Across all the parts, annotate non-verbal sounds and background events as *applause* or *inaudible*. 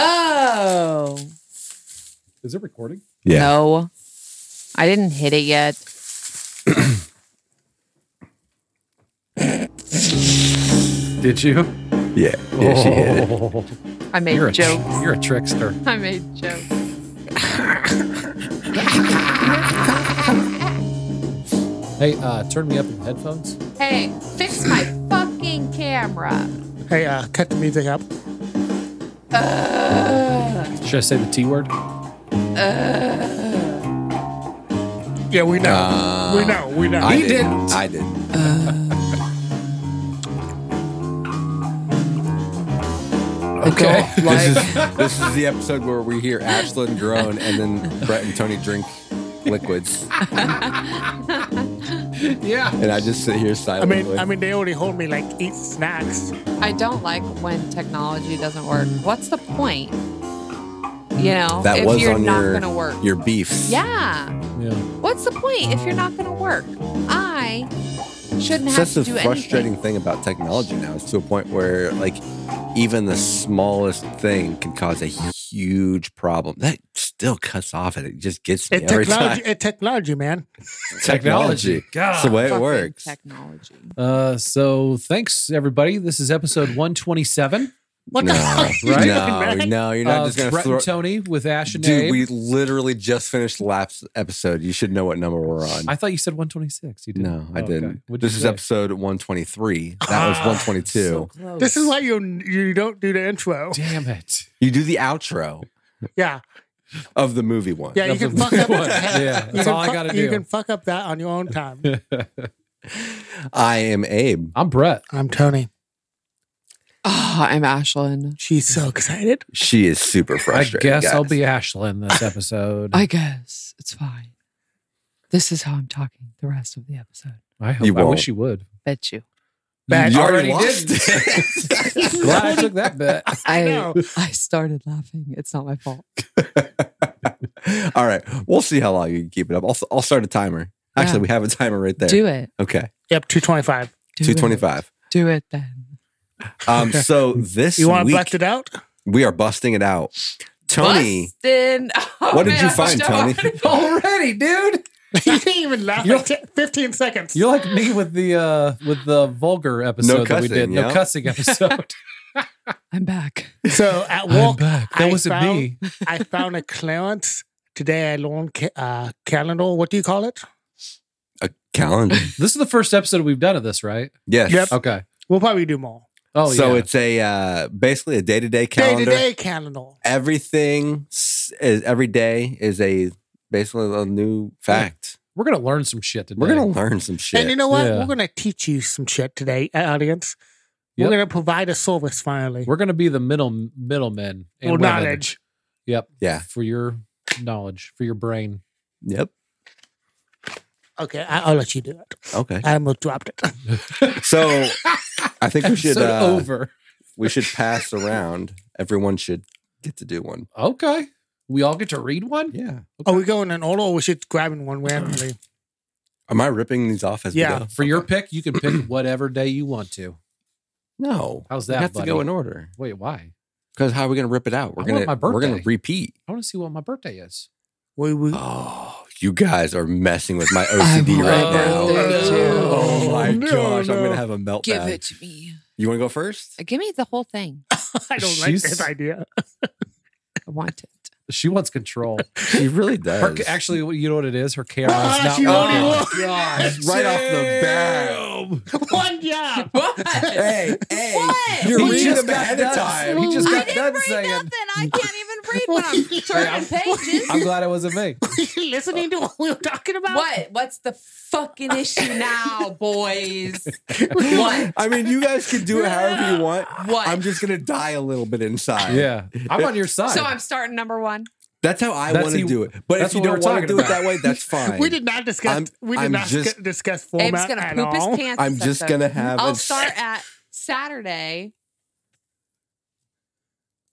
go. Is it recording? Yeah. No, I didn't hit it yet. Did you? Yeah. Yeah, she hit it. Oh, I made you're a jokes. you're a trickster. *laughs* I made jokes. Hey, uh, turn me up in the headphones. Hey, fix my fucking camera. Hey, uh, cut the music up. Should I say the T word? Yeah, we know. Uh, we know. We know. I Oh. He did. didn't. I did. Okay. This is this is the episode where we hear Ashlyn groan and then Brett and Tony drink liquids, yeah. and I just sit here I mean, silently. I mean, they already hold me like eat snacks. I don't like when technology doesn't work. What's the point? You know, that if was you're on not your gonna work. your beef. yeah. Yeah. What's the point if you're not gonna work? I shouldn't have So that's to the do frustrating anything. thing about technology now. It's to a point where like even the smallest thing can cause a huge problem. That still cuts off, and it just gets me It every technology. time. It technology, man. *laughs* Technology. That's the way it Fucking works. Technology. Uh, so thanks everybody. This is episode 127. What no, the *laughs* fuck? right? *laughs* no, no, you're of not just gonna Uh, Brett throw. and Tony with Ash and Dude, Abe. we literally just finished last episode. You should know what number we're on. I thought you said 126. You didn't. no, I Oh, okay. didn't. What'd This you is say? episode 123. That was Ah, 122. So close. This is why you you don't do the intro. *laughs* Damn it. you do the outro Yeah, of the movie one. yeah. You That's can the fuck up. one. Yeah, that's you can all I fuck- gotta You do. can fuck up that on your own time. I am Abe. I'm Brett. I'm Tony. Oh, I'm Ashlyn. She's so excited. She is super I frustrated. guess I'll guys. be Ashlyn this *laughs* episode. I guess it's fine. This is how I'm talking the rest of the episode. I hope. You I won't. wish you would. Bet you. Bad. You I already lost. did. *laughs* Glad I took that bet. I know. I started laughing. It's not my fault. All right. We'll see how long you can keep it up. I'll, I'll start a timer. Actually, Yeah. we have a timer right there. Do it. okay. Yep, two twenty five. Do it. 225. Do it then. Um, so this You want to week, blast it out? *laughs* we are busting it out. Tony, Bustin'. *laughs* Oh, what did man, you I find, wish I *laughs* Tony? wanted- Already, dude. you didn't even laugh. You're- at t- Fifteen seconds. You're like me with the uh with the vulgar episode that we cussing, did. No yeah. *laughs* cussing episode. I'm back. So at I'm walk, back. That I wasn't found- me. I found a clearance today. I loaned ca- uh, calendar. What do you call it? a calendar. This is the first episode we've done of this, right? Yes. Yep. Okay. We'll probably do more. Oh so yeah. it's a uh, basically a day to day Day to calendar. day calendar. Everything s- is every day is a basically a new fact. we're gonna learn some shit today. We're gonna learn some shit. And you know what? Yeah. We're going to teach you some shit today, uh, audience. Yep. We're going to provide a service finally. we're gonna be the middle middlemen and Well, women knowledge. yeah. for your knowledge, for your brain. Yep. Okay, I, I'll let you do it. Okay. I almost dropped it. So *laughs* I think *laughs* we should Episode uh, over. we should pass around. Everyone should get to do one. Okay. We all get to read one. Yeah. Are we going in order or we should grabbing one randomly? Am I ripping these off as Yeah. we go? For your pick, you can pick whatever day you want to. No. How's We that, have buddy? to go in order. Wait, why? Because how are we gonna rip it out? We're I gonna want my we're gonna birthday. repeat. I want to see what my birthday is. We, we, Oh, you guys are messing with my OCD I'm right on now. birthday too. Oh my No, gosh, I'm no. gonna have a meltdown. Give it to me. You want to go first? Give me the whole thing. *laughs* I don't She's- like this idea. *laughs* I want it. She wants control. She really Her, does. actually, you know what it is? Her camera's Ah, not she working. already *laughs* gosh. right off the bat. bat. one job. *laughs* *laughs* *laughs* What? Hey, hey, What? you're He reading just them got ahead of nuts. time. He just I got didn't done read saying. nothing. I can't even read when *laughs* I'm turning pages. I'm glad it *laughs* wasn't me. Listening to what we were talking about? What? What's the fucking issue now, boys? What? I mean, you guys can do it however you want. What? I'm just gonna die a little bit inside. Yeah, I'm on your side. so I'm starting number one. that's how I That's want to you- do it. But that's if you what we're don't want to talking do it about. that way, *laughs* that's fine. We did not discuss. I'm- we did I'm not just- sc- discuss format Abe's gonna at poop all. his pants. I'm this just episode. gonna have. I'll a- start at Saturday.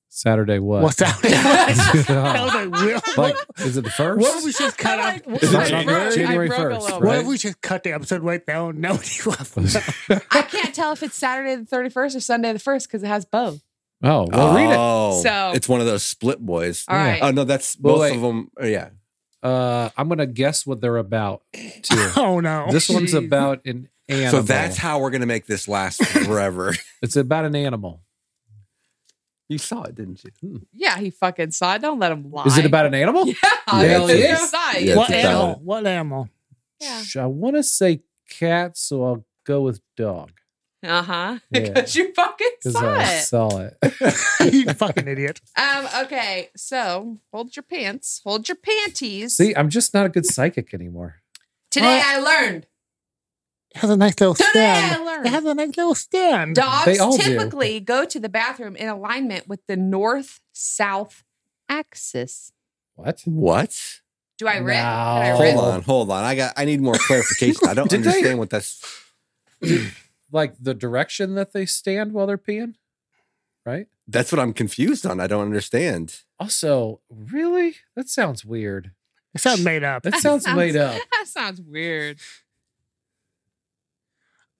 Saturday what? *laughs* *laughs* What's that? *laughs* I was like, well, like? Is it the first? what if we just cut out? Like, Is it I wrote- January? I January wrote a 1st, little What right? if we just cut the episode right now? No, you have *laughs* I can't tell if it's Saturday the 31st or Sunday the 1st because it has both. Oh, well, read Uh, it. Oh, So- it's one of those split boys. All right. Oh no, that's Well, both wait. of them. Oh, yeah. Uh, I'm gonna guess what they're about. Too. *laughs* *laughs* Oh no. this one's Jeez. about an animal. So that's how we're gonna make *laughs* this last forever. it's about an animal. you saw it, didn't Hmm. you? Yeah, he fucking saw it. Don't let him lie. Is *laughs* it about an animal? Yeah, yeah, Yeah, yeah. it is. Yeah, it's what about animal? it. What animal? Yeah. Sh- I want to say cat, so I'll go with dog Uh huh. *laughs* Yeah. Because you fucking because saw I it. saw it. *laughs* you fucking idiot. Um, okay, so hold your pants, hold your panties. See, I'm just not a good psychic anymore. Today I learned. It has a nice little Today I stand. It has learned. a nice little stand. They all Dogs do. typically go to the bathroom in alignment with the north south axis. What? What? Do I rip? No. I Hold rip? Really? on, hold on. I got. I need more *laughs* clarification. I don't Did they- understand what that's. Like the direction that they stand while they're peeing, right? That's what I'm confused on. I don't understand. Also, really, that sounds weird. It sounds made up. That sounds *laughs* made up. that sounds weird.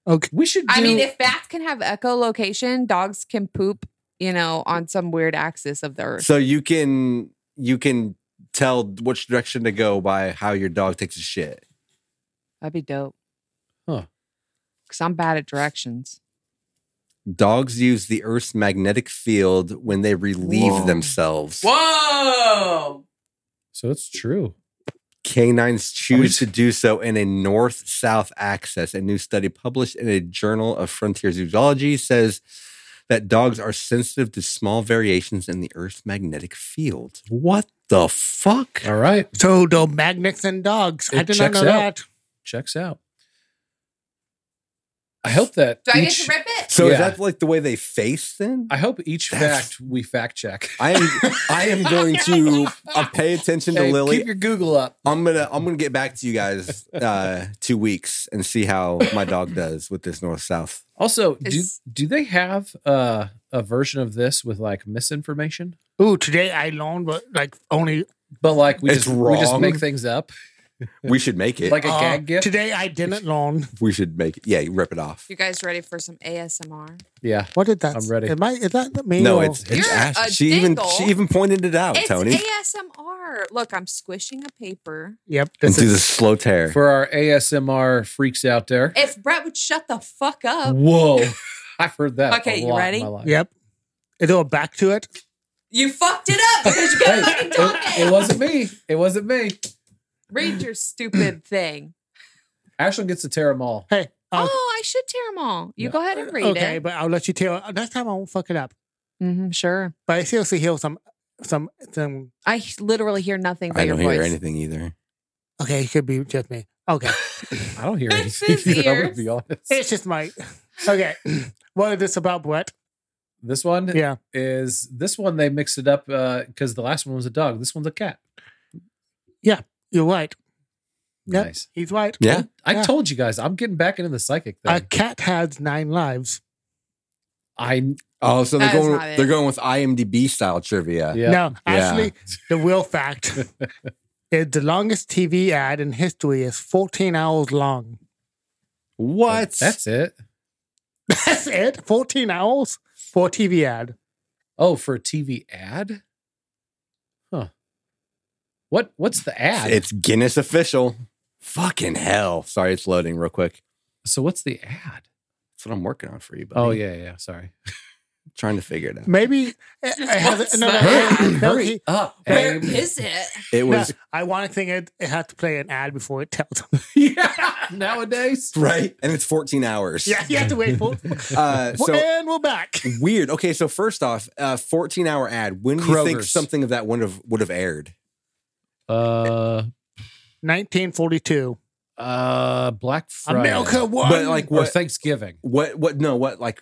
Okay. We should. Do, I mean, if bats can have echolocation, dogs can poop, you know, on some weird axis of the earth. So you can you can tell which direction to go by how your dog takes a shit. That'd be dope. Huh. Because I'm bad at directions. Dogs use the Earth's magnetic field when they relieve Whoa. themselves. Whoa! so, it's true. Canines choose we- to do so in a north south axis. A new study published in a journal of frontier zoology says that dogs are sensitive to small variations in the Earth's magnetic field. What the fuck? All right, So do magnets and dogs. I It did not checks know out. that. checks out. I hope that. Do I get each- to rip it? So Yeah. is that like the way they face then? I hope each That's- fact we fact check. I am I am going to *laughs* uh, pay attention to *laughs* Hey, Lily. keep your Google up. I'm gonna I'm gonna get back to you guys uh two weeks and see how my dog does with this north south. Also, do Is- do they have uh, a version of this with like misinformation? Ooh, today I loaned, but like only But like we It's just we just wrong. make things up We should make it. like a uh, gag gift. Today I didn't loan. we should make it. Yeah, you rip it off. You guys ready for some ASMR? yeah, What did that? I'm ready. Am I, is that me? No, or- it's it's You're Ash. a She even dingle. she even pointed it Oh, out, It's Tony. ASMR. Look, I'm squishing a paper. Yep. and This do is, the slow tear. for our ASMR freaks out there. If Brett would shut the fuck up, Whoa, *laughs* I've heard that. Okay, a you lot in ready? my life. yep. Is there a back to it? you fucked it up because you Hey, kept fucking it, talking. it wasn't me. It wasn't me. Read your stupid thing. Ashlyn gets to tear them all. Hey. Oh, I'll- I should tear them all. You Yeah. go ahead and read okay, it. but I'll let you tell. uh, Next time I won't fuck it up. hmm sure. But I seriously hear some, some, some. I h- literally hear nothing but I your don't hear voice. anything either. Okay, it could be just me. *laughs* Okay, I don't hear It's anything. his Either, *laughs* I'm gonna ears. be honest. it's just my. Okay, *clears throat* what is this about, Brett? This one Yeah. is this one they mixed it up because the last one was a dog. This one's a cat. You're right. Yep. Nice. He's right. Yeah. I Yeah. told you guys I'm getting back into the psychic thing. A cat has nine lives. I Oh, so they're That is going not it. they're going with IMDB style trivia. yeah. No, Yeah. actually, the real fact *laughs* is the longest TV ad in history is 14 hours long. *laughs* What? That's it. That's it. 14 hours for a TV ad. Oh, for a TV ad? Huh. What what's the ad? it's Guinness official. Fucking hell. Sorry, it's loading real quick. so what's the ad? That's what I'm working on for you, buddy. Oh yeah, *laughs* yeah, sorry. Trying to figure it out. Maybe it, it has What's no, no, that? *laughs* no, no, he- up. Where Abe. is it? *laughs* It no, was I want to think it, it has to play an ad before it tells them. yeah, nowadays. right, and it's 14 hours. yeah, you have to wait for Uh, *laughs* so And we're back. weird. Okay, so first off, a 14 hour ad. When do you think Kroger's. something of that would have would have aired? Uh 1942. uh Black Friday. America won. But like or what? Thanksgiving. what? What? No. What? Like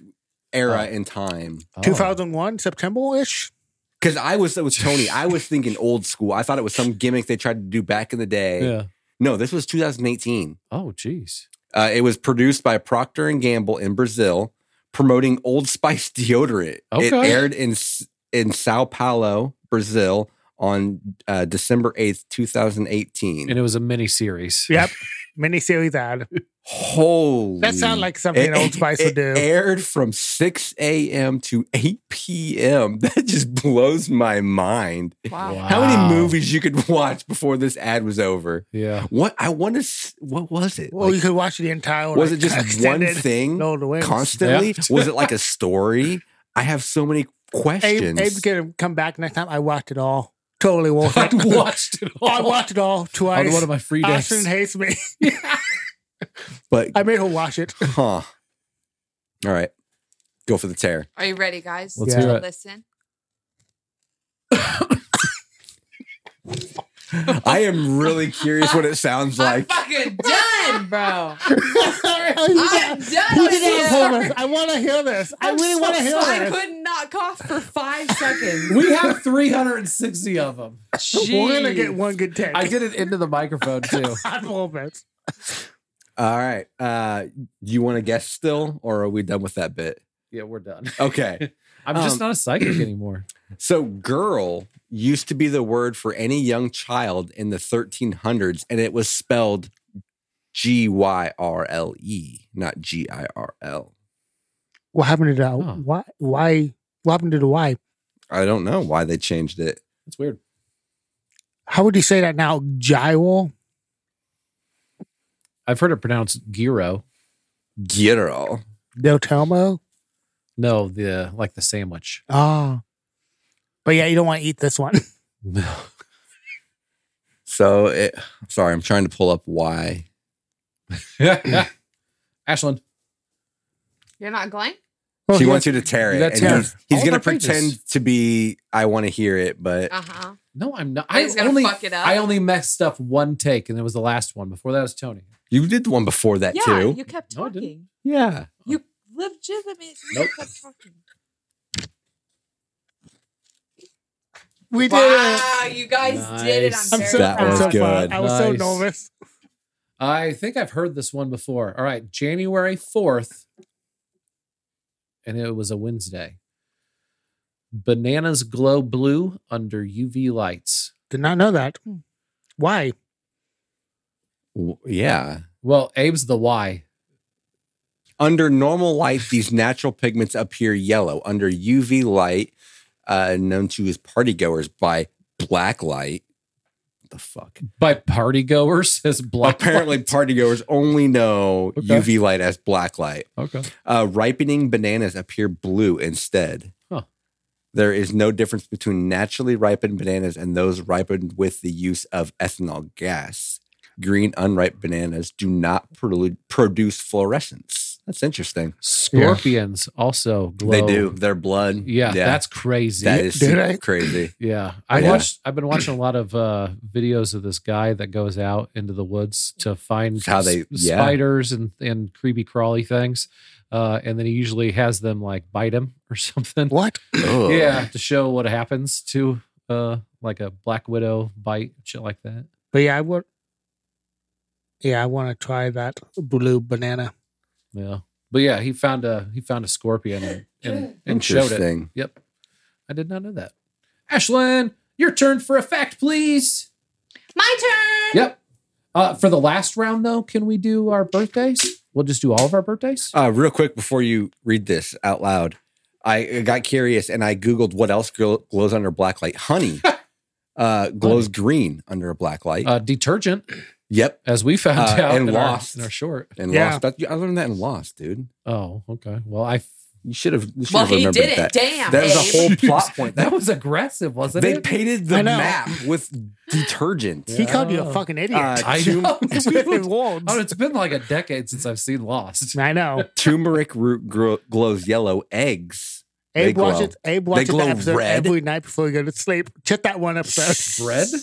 era Oh. and time? Oh. 2001, September ish. Because I was with Tony. *laughs* I was thinking old school. I thought it was some gimmick they tried to do back in the day. Yeah. No, this was 2018. Oh geez. Uh, it was produced by Procter and Gamble in Brazil, promoting Old Spice deodorant. It Okay. aired in S- in Sao Paulo, Brazil, on uh, December 8th, 2018. *laughs* And it was a mini series. Yep. miniseries ad. Holy. That sounds like something It- Old Spice it would do. aired from 6 a.m. to 8 p.m. *laughs* That just blows my mind. Wow. Wow. How many movies you could *laughs* watch before this ad was over? Yeah. What I wonder, s- what was it? Well, Like, you could watch the entire. was it like, just one *laughs* extended thing Lord of the Rings. constantly? Yeah. Was it like a story? I have so many Abe, questions. Abe's gonna come back next time. I watched it all. *laughs* Totally worth I it. watched it all. I watched it *laughs* all on twice. one of my free days. Ashton hates me. *laughs* but I made her watch it. *laughs* huh. All right. Go for the *laughs* tear. Are you ready, guys? Let's Yeah. hear it. Listen. I am really curious what it sounds like. I'm fucking done, bro. I'm done. Who did with it you. for us? I want to hear this. I I'm really so want to hear sorry. I this. could not cough for five seconds. We have 360 of them. We're gonna Jeez. get one good take. I *laughs* did it into the microphone too. I promise. All right. Uh, do you want to guess still, or are we done with that bit? *laughs* Yeah, we're done. *laughs* Okay. I'm just Um, not a *clears throat* psychic anymore. So, girl used to be the word for any young child in the 1300s, and it was spelled G Y R L E, not G I R L. What happened to that? Huh. Why? Why? What happened to the why? I don't know why they changed it. It's weird. How would you say that now? Gyro? I've heard it pronounced gyro. Girl. Del Telmo? No, the like the *laughs* sandwich. Ah. But yeah, you don't want to eat this one. *laughs* No. So, it, sorry, I'm trying to pull up why. Ashland. You're not going? She Okay. wants you to tear You it. gotta and tear he's it. he's All going to of our pages. pretend to be, I want to hear it, but Uh huh. No, I'm not. I I was gonna only fuck it up. I only messed up one take, and it was the last one. Before that was Tony. you did the one before that, yeah, too. you kept No, I talking. didn't. yeah. You legitimately Nope. kept talking. We did it. Wow, you guys did it. Nice. I'm, I'm very so, That I'm proud. was so good. proud. I was so Nice. nervous. I think I've heard this one before. All right, January 4th. And it was a Wednesday. Bananas glow blue under UV lights. Did not know that. Hmm. Why? W- Yeah. Well, Abe's the why. Under normal light, these natural pigments appear yellow. Under UV light, uh, known to as party goers by black light. What the fuck? By party goers *laughs* as black. Apparently, party goers only know Okay. UV light as black light. Okay. Uh, ripening bananas appear blue instead. Huh. There is no difference between naturally ripened bananas and those ripened with the use of ethanol gas. Green unripe bananas do not produ- produce fluorescence. That's interesting. Scorpions also glow. They do. Their blood. Yeah, that's crazy. that is Do they? *laughs* crazy. yeah. I Yeah. watched I've been watching a lot of uh videos of this guy that goes out into the woods to find How they- s- yeah. spiders and and creepy crawly things. Uh and then he usually has them like bite him *laughs* or something. What? Ugh. Yeah, to show what happens to uh like a black widow bite shit like that. But yeah, I would. Yeah, I want to try that blue banana. Yeah. But yeah, he found a he found a scorpion and *gasps* and, and showed it. Interesting. Yep. I did not know that. Ashlyn, your turn for a fact, please. My turn. Yep. Uh, for the last round, though, can we do our birthdays? We'll just do all of our birthdays. Uh, real quick before you read this out loud, I got curious and I Googled what else gl- glows under black *laughs* light. Honey uh, glows green under a black light. Uh, detergent, yep. as we found Uh, out and in, our, Lost. in our short. And Yeah. lost. That, I learned that in Lost, dude. Oh, okay. Well, I f- You should have you should Well, have he remembered did it. that. Damn. That Abe. was a *laughs* whole plot point. that That was aggressive, wasn't they it? painted I the know. map *laughs* with detergent. He called you Yeah. a fucking idiot. Uh, I tum- *laughs* know. With dude. words. oh, it's been like a decade since I've seen Lost. I know. turmeric root gro- glows yellow. Eggs. They Abe watches. glow. Abe watches glow that episode red. every night before we go to sleep. Check that one episode. Bread. *laughs*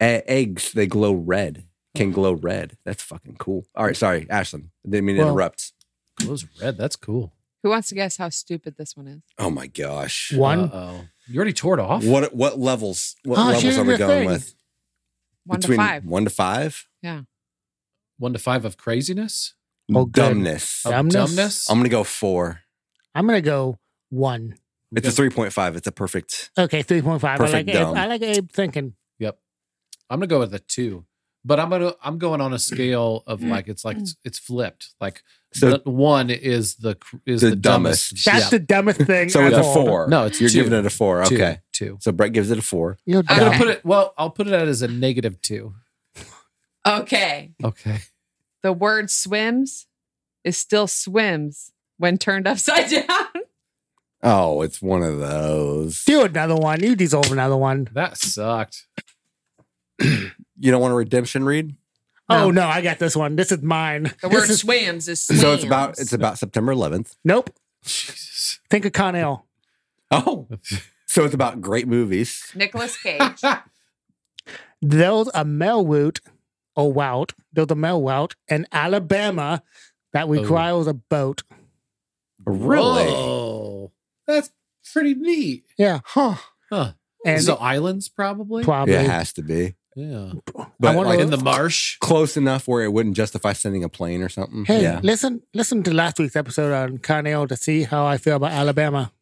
Oh. E- eggs they glow red can glow red that's fucking cool all right sorry ashland didn't mean to Well- interrupt Glows red. That's cool. Who wants to guess how stupid this one is? oh my gosh One. Oh, you already tore it off. what what levels what Oh, she levels did are we the going thing. with One to five. one to five One to five of craziness. Oh, good. dumbness Um, Of Dumbness? dumbness. i'm gonna go four I'm gonna go one. it's a 3.5 it's a perfect Okay, three point five. I Perfect like. Abe, dumb. I like Abe thinking. Yep. I'm gonna go with a two But I'm gonna I'm going on a scale of like it's like it's, it's flipped. Like Mm. So the one is the cr- is The the, dumbest. dumbest. That's Yeah. the dumbest thing. so it's at a all. four. No, it's you're two. giving it a four. Two, Okay. two. So Brett gives it a four. You're I'm Okay. gonna put it. Well, I'll put it out as a negative two. Okay. Okay. The word swims is still swims when turned upside *laughs* down. Oh, it's one of those. Do another one. You deserve another one. That sucked. You don't want a redemption read? No. Oh no, I got this one. This is mine. The This word is- swims is swims. So it's about it's about September 11th. nope. *laughs* Jesus. Think of Connell. Oh, so it's about great movies. *laughs* Nicholas Cage. There's a mail route or route. There's a mail route in Alabama that Oh. requires a boat. Really? Whoa. That's pretty neat. Yeah, Huh. Huh. and so islands probably. probably Yeah, it has to be. yeah. But wonder like in the *laughs* marsh. close enough where it wouldn't justify sending a plane or something. Hey, yeah. listen, listen to last week's episode on Connell to see how I feel about Alabama.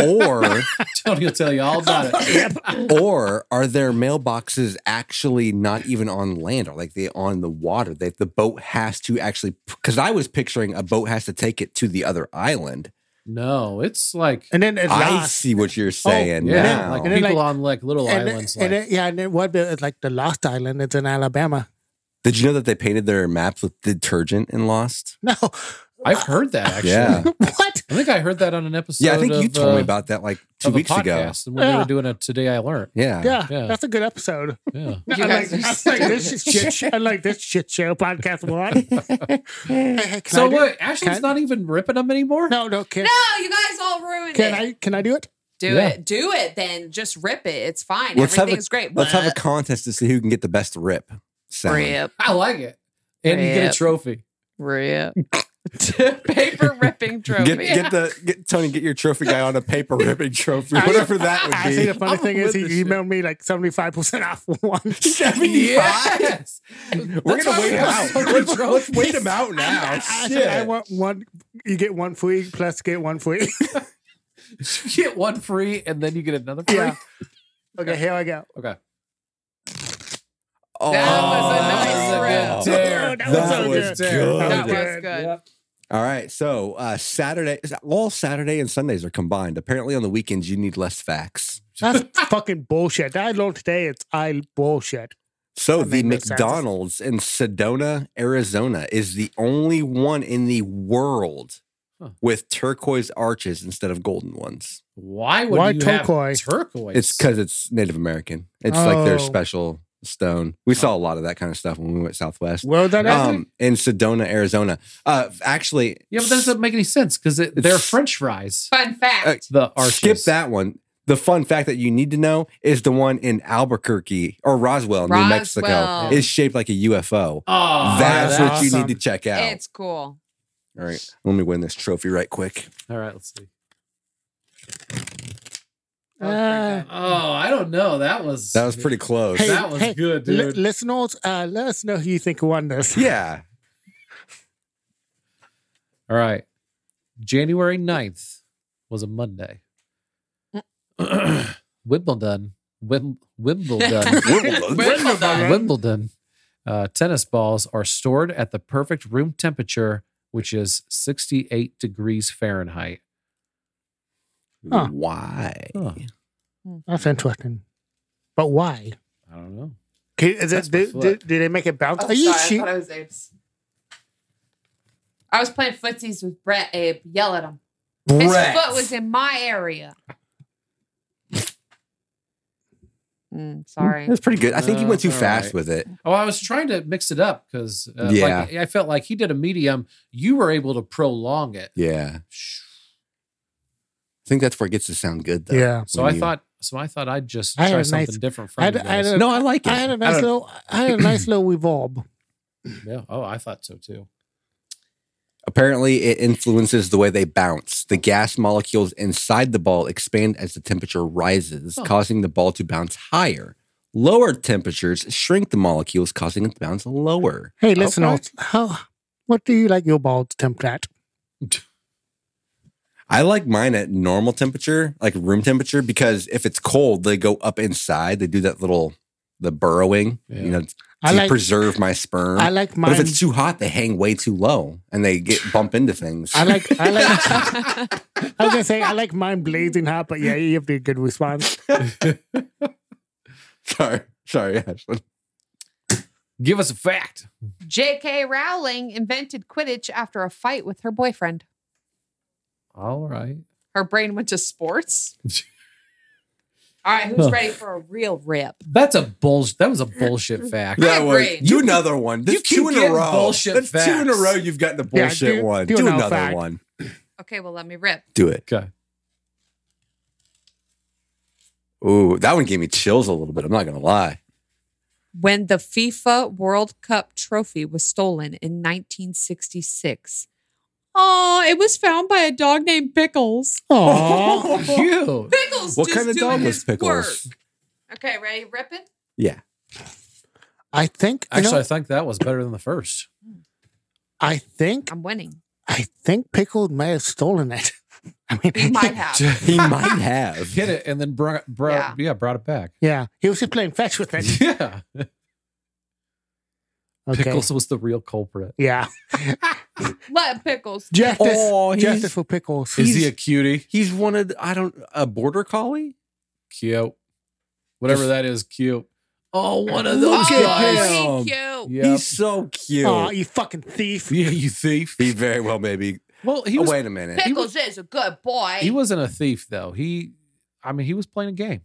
or Tony will tell you all about *laughs* it. or are their mailboxes actually not even on land or like they on the water that the boat has to actually because I was picturing a boat has to take it to the other island. No, it's like And then it's I lost. see what you're saying Oh, yeah, now. like And then, people like- on like little And, islands. and like, it- yeah, and it what it's like the Lost Island. It's in Alabama. *laughs* Did you know that they painted their maps with detergent and Lost? No, I've heard that actually. *laughs* Yeah. what? I think I heard that on an episode. Yeah, I think you of, told me uh, about that like two of a weeks ago. podcast, and when they Yeah. were doing a today I learned. Yeah. Yeah, Yeah. that's a good episode. Yeah. *laughs* No, You I like, guys are I like this is shit. sh- I like this shit show *laughs* podcast one. Hey, hey, can so I do- what? Ashley's Can- not even ripping them anymore. No, no, can no, you guys all ruined can it. I can I do it? do Yeah. it. Do it then. Just rip it. It's fine. Let's have a- Everything's great. Let's have a contest to see who can get the best rip. sound. rip. I like it, and you get Rip. a trophy. Rip. *laughs* *laughs* Paper ripping trophy. Get, get the get, Tony. Get your trophy guy on a *laughs* paper ribbon trophy, I- whatever that I would see be. the funny I'm thing is with he this shit. emailed me like seventy five percent off *laughs* once. Yes. We're That's gonna why wait we him have out. so many Let's, let's trophies. wait him out now. I, shit. said I want one. You get one free plus get one free. *laughs* You get one free, and then you get another free. yeah. Okay, here I go. Okay. Oh, That was a nice rip. dare. Oh, that That, was so was good. good. That that was was good. good. All right, so uh, Saturday, all Saturday and Sundays are combined. Apparently, on the weekends you need less facts. That's fucking bullshit. That I learned today. It's I bullshit. So That the made no sense. McDonald's in Sedona, Arizona, is the only one in the world Huh. with turquoise arches instead of golden ones. Why would Why you turquoise? have turquoise? It's because it's Native American. It's like their Oh. special stone. We saw a lot of that kind of stuff when we went Southwest. Well, that Magic? Um, in Sedona, Arizona. Uh, actually, yeah, but that doesn't make any sense because they're It's- French fries. Fun fact. Uh, The arches. skip that one. The fun fact that you need to know is the one in Albuquerque or Roswell, New Mexico, Roswell. is shaped like a UFO. Oh, that's that's what you awesome. need to check out. It's cool. All right, let me win this trophy right quick. All right, let's see. That was pretty Uh, good. Oh, I don't know. That was That was pretty close. Hey, that was good, li- dude. listeners, uh, let us know who you think won this. Yeah. All right. January 9th was a *clears throat* Monday. Wimbledon. Wim, *laughs* Wimbledon. Wimbledon. Wimbledon. Uh, tennis balls are stored at the perfect room temperature, which is 68 degrees Fahrenheit. Huh. Why? Huh. That's interesting. But why? I don't know. Okay, Is That's it, my do, foot. do, do they make it bounce? Oh, Are you sorry, I cheap? thought I was apes. I was playing footsies with Brett Abe. Yell at him. His foot was in my area. Mm, sorry. *laughs* That was pretty good. I think you No, went too it's all fast right. with it. Oh, I was trying to mix it up because uh, Yeah. like, I felt like he did a medium. You were able to prolong it. Yeah. I think that's where it gets to sound good, though. Yeah. So When I you- thought. So I thought I'd just I had try a something nice- different from I you had- I guys. had a- No, I like it. I had a nice don't- little, I had a nice little revolve. yeah. Oh, I thought so too. Apparently, it influences the way they bounce. The gas molecules inside the ball expand as the temperature rises, Huh. causing the ball to bounce higher. Lower temperatures shrink the molecules, causing it to bounce lower. Hey, listen, how, what do you like your ball to temp at? I like mine at normal temperature, like room temperature, because if it's cold, they go up inside. They do that little the burrowing, Yeah. you know, I to like preserve my sperm. I like but if mine. it's too hot, they hang way too low and they get bump into things. I like I like *laughs* I was gonna say I like mine blazing hot, but yeah, you have to be a good response. *laughs* *laughs* sorry, sorry, Ashlyn. Give us a fact. J.K. Rowling invented Quidditch after a fight with her boyfriend. All right. Her brain went to sports. *laughs* All right, who's Huh. ready for a real rip? That's a bullshit. That was *laughs* a bullshit fact. Yeah. agree. you another one. That's you two in keep a getting row. bullshit That's two in a facts. row. You've gotten the Yeah, bullshit do- one. do Do, another another fact. one. Okay, well, let me rip. Do it. Okay. Ooh, that one gave me chills a little bit. I'm not gonna lie. When the FIFA World Cup trophy was stolen in 1966, oh, it was found by a dog named Pickles. Aww. Oh. Cute. Pickles. What just kind of doing dog was his Pickles? work. Okay, ready? Ripping. Yeah. I think you Actually, know, I think that was better than the first. I think I'm winning. I think Pickle may have stolen it. *laughs* I mean, He might have. *laughs* he might have. Hit it and then brought, brought yeah. Yeah. brought it back. Yeah, he was just playing fetch *laughs* with *laughs* it. Yeah. Okay. Pickles was the real culprit. Yeah. Let Pickles. Justice. Oh, he's- justice for Pickles. Is he a cutie? He's one of the, I don't a border collie. Cute. Whatever that is, cute. Oh, one of those Look at guys. him. Oh, he cute. Yep. He's so cute. Aw, you fucking thief. yeah, you thief. he very well maybe. well, he was oh, wait a minute. Pickles is a good boy. he wasn't a thief though. He, I mean, he was playing a game,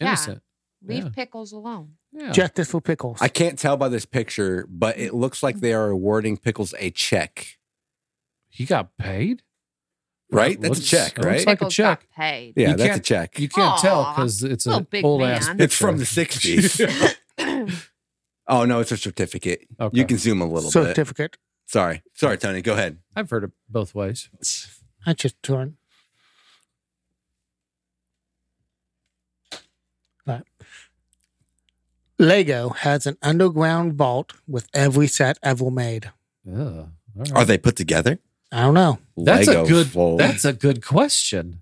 Yeah. innocent. Leave yeah. Pickles alone. Yeah. Justice for Pickles. I can't tell by this picture, but it looks like they are awarding Pickles a check. he got paid. Right? It That's a looks- check, it looks right? like a Pickles check. got paid. Yeah, You that's a can't- check. You can't tell Aw, because it's little an big old man. ass. It's picture. *laughs* from the 60s. Yeah. oh no, it's a certificate. Okay. You can zoom a little bit. Certificate. Sorry. Sorry, Tony. Go ahead. *laughs* I've heard it both ways. I just turned. Right. Lego has an underground vault with every set ever made. Ugh. All right. Are they put together? I don't know. That's Lego a good. fold. That's a good question.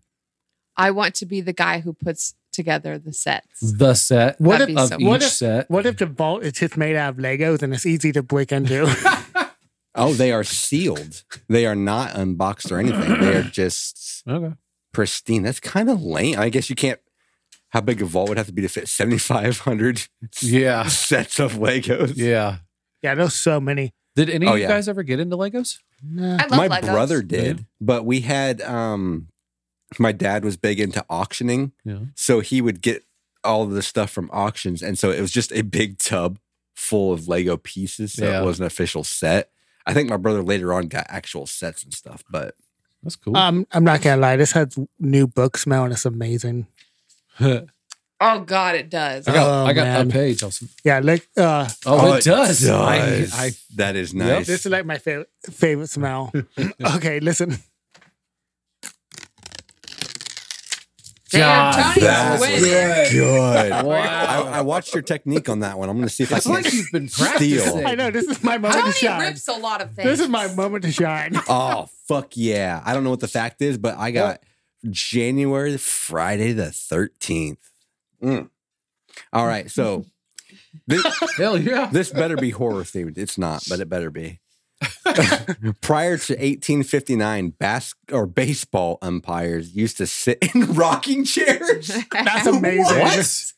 I want to be the guy who puts together the sets. The set What That'd if- be of so- each what if- set. What if the vault is just made out of Legos and it's easy to *laughs* break into? Oh, they are sealed. They are not unboxed or anything. They are just Okay. pristine. That's kind of lame. I guess you can't. How big a vault would have to be to fit seventy five hundred Yeah. sets of Legos? Yeah. *laughs* yeah, there's so many. Did any Oh, of you yeah. guys ever get into Legos? No. I love my Legos. brother did, but we had um my dad was big into auctioning, Yeah. so he would get all the stuff from auctions, and so it was just a big tub full of Lego pieces. So Yeah. it was an official set. I think my brother later on got actual sets and stuff, but That's cool. Uh, Um, I'm not gonna lie. This has new book smell and it's amazing. Oh God, it does. Uh, I got. um, oh, I got man. a page. I'll s- Yeah, like uh, Oh, it, does. I- does. I, that is Yep. nice. this is like my favorite favorite smell. okay, listen. Damn, God, Tony's that's winning. good. I, Wow. I watched your technique on that one. I'm going to see if It's I can. like you've been steal. practicing. *laughs* I know this is my moment Tony to shine. rips a lot of things. This is my *laughs* moment *laughs* to shine. *laughs* oh fuck yeah! I don't know what the fact is, but I got January Friday the 13th. Mm. All right, so *laughs* this, Hell yeah. this better be horror themed. It's not, but it better be. *laughs* Prior to 1859, bas- or baseball umpires used to sit in rocking chairs. That's amazing. What?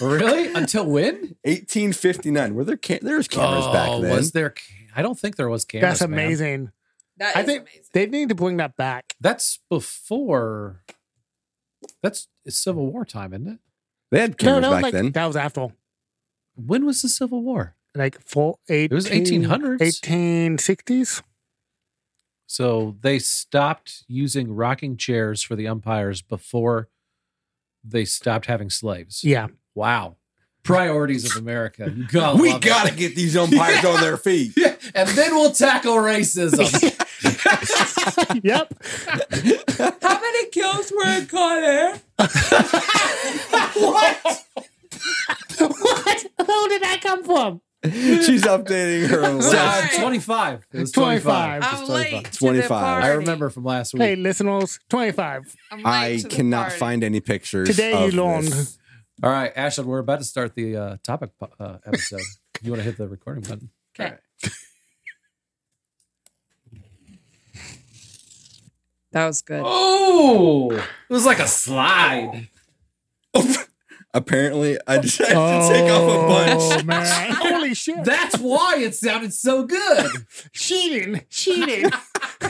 really? Until when? 1859. Were there ca- there was cameras back Oh, then? Was there? ca- I don't think there was cameras. That's man. amazing. That I is think amazing. they need to bring that back. That's before. That's it's Civil War time, isn't it? They had cameras back like then. that was after When was the Civil War? like four eight. was 1800s. eighteen sixties. So they stopped using rocking chairs for the umpires before they stopped having slaves. *laughs* Yeah, Wow. Priorities of America. You gotta *laughs* we love it. gotta get these umpires on their *laughs* feet. Yeah, and then we'll tackle *laughs* racism. yep. How many kills were in Con Air? what? Who did that come from? She's updating her So, uh, list. Sorry. 25. It was 25. 25. I'm I'm late. to the 25. I party. remember from last week. Hey, listeners, twenty five. I'm late I to the cannot party. find any pictures. Today of you learned. this. All right, Ashlyn, we're about to start the uh, topic po- uh, episode. You want to hit the recording button? Okay. That was good. Oh, it was like a slide. Apparently, I decided to *laughs* take off a bunch. *laughs* Oh, man. Holy shit. That's why it sounded so good. *laughs* cheating. *laughs* Cheating. I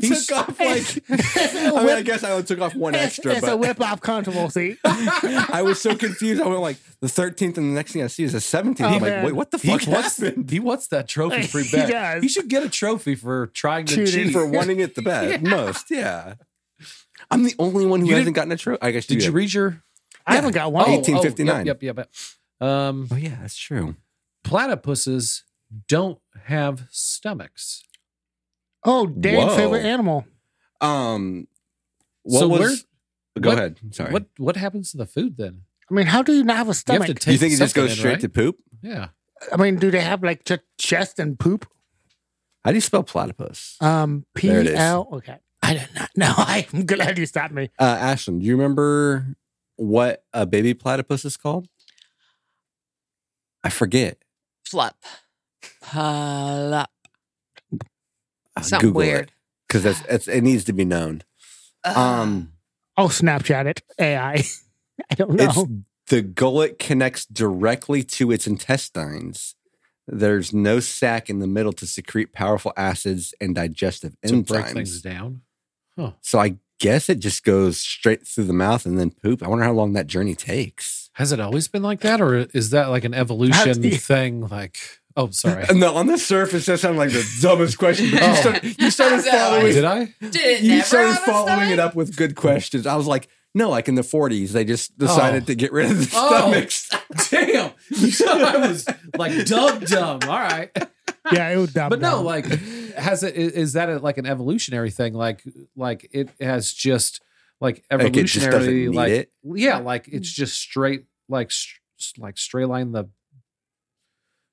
took off *laughs* like *laughs* I mean, I guess I took off one It's, extra, it's a but whip off controversy. *laughs* I was so confused. I went like the 13th, and the next thing I see is the 17th. I'm like, Oh, man. wait, what the He fuck wants, happened? he wants that trophy *laughs* for He bet. does. He should get a trophy for trying to Cheating. cheat. *laughs* For wanting it the best, most, yeah. I'm the only one who You hasn't gotten a trophy. I guess Did you did. read your? I haven't got Oh, one. oh, yep, 1859. Yep, yep, yep. Um, Oh yeah, that's true. platypuses don't have stomachs. Oh, Dan, Whoa. favorite animal. Um, what So was? where- go what- ahead. Sorry. What what happens to the food then? I mean, how do you not have a You stomach? have to Do take you think it just something goes in, straight right? to poop? Yeah. I mean, do they have like just chest and poop? How do you spell platypus? Uh, Um, P There it is. L. Okay, I did not know. *laughs* I'm glad you stopped me. Ashton, Uh, do you remember what a baby platypus is called? I forget. Flup. Plup. Uh, Something weird. Uh, because that's it's, it needs to be known. Um, Oh, Snapchat it AI. I *laughs* don't know. *laughs* it's the gullet connects directly to its intestines. There's no sac in the middle to secrete powerful acids and digestive To break things enzymes. down. Huh. So I guess it just goes straight through the mouth and then poop. I wonder how long that journey takes. Has it always been like that, or is that like an evolution the- thing? Like, oh, *laughs* sorry. No, on the surface, that sounded *laughs* like the dumbest question. But Oh. *laughs* you, started, you started Is that following. Did I? Did it you never started have a following stomach? it up with good questions. I was like, no, like in the 40s, they just decided Oh. to get rid of the Oh. stomachs. Damn. You thought I was like dumb, dumb. All right. yeah, it was dumb. But no, dumb. like, has it, i- is that a, like an evolutionary thing? Like, like it has just like Like, it just doesn't evolutionary, need like, it. yeah, like it's just straight, like, str- like straight line the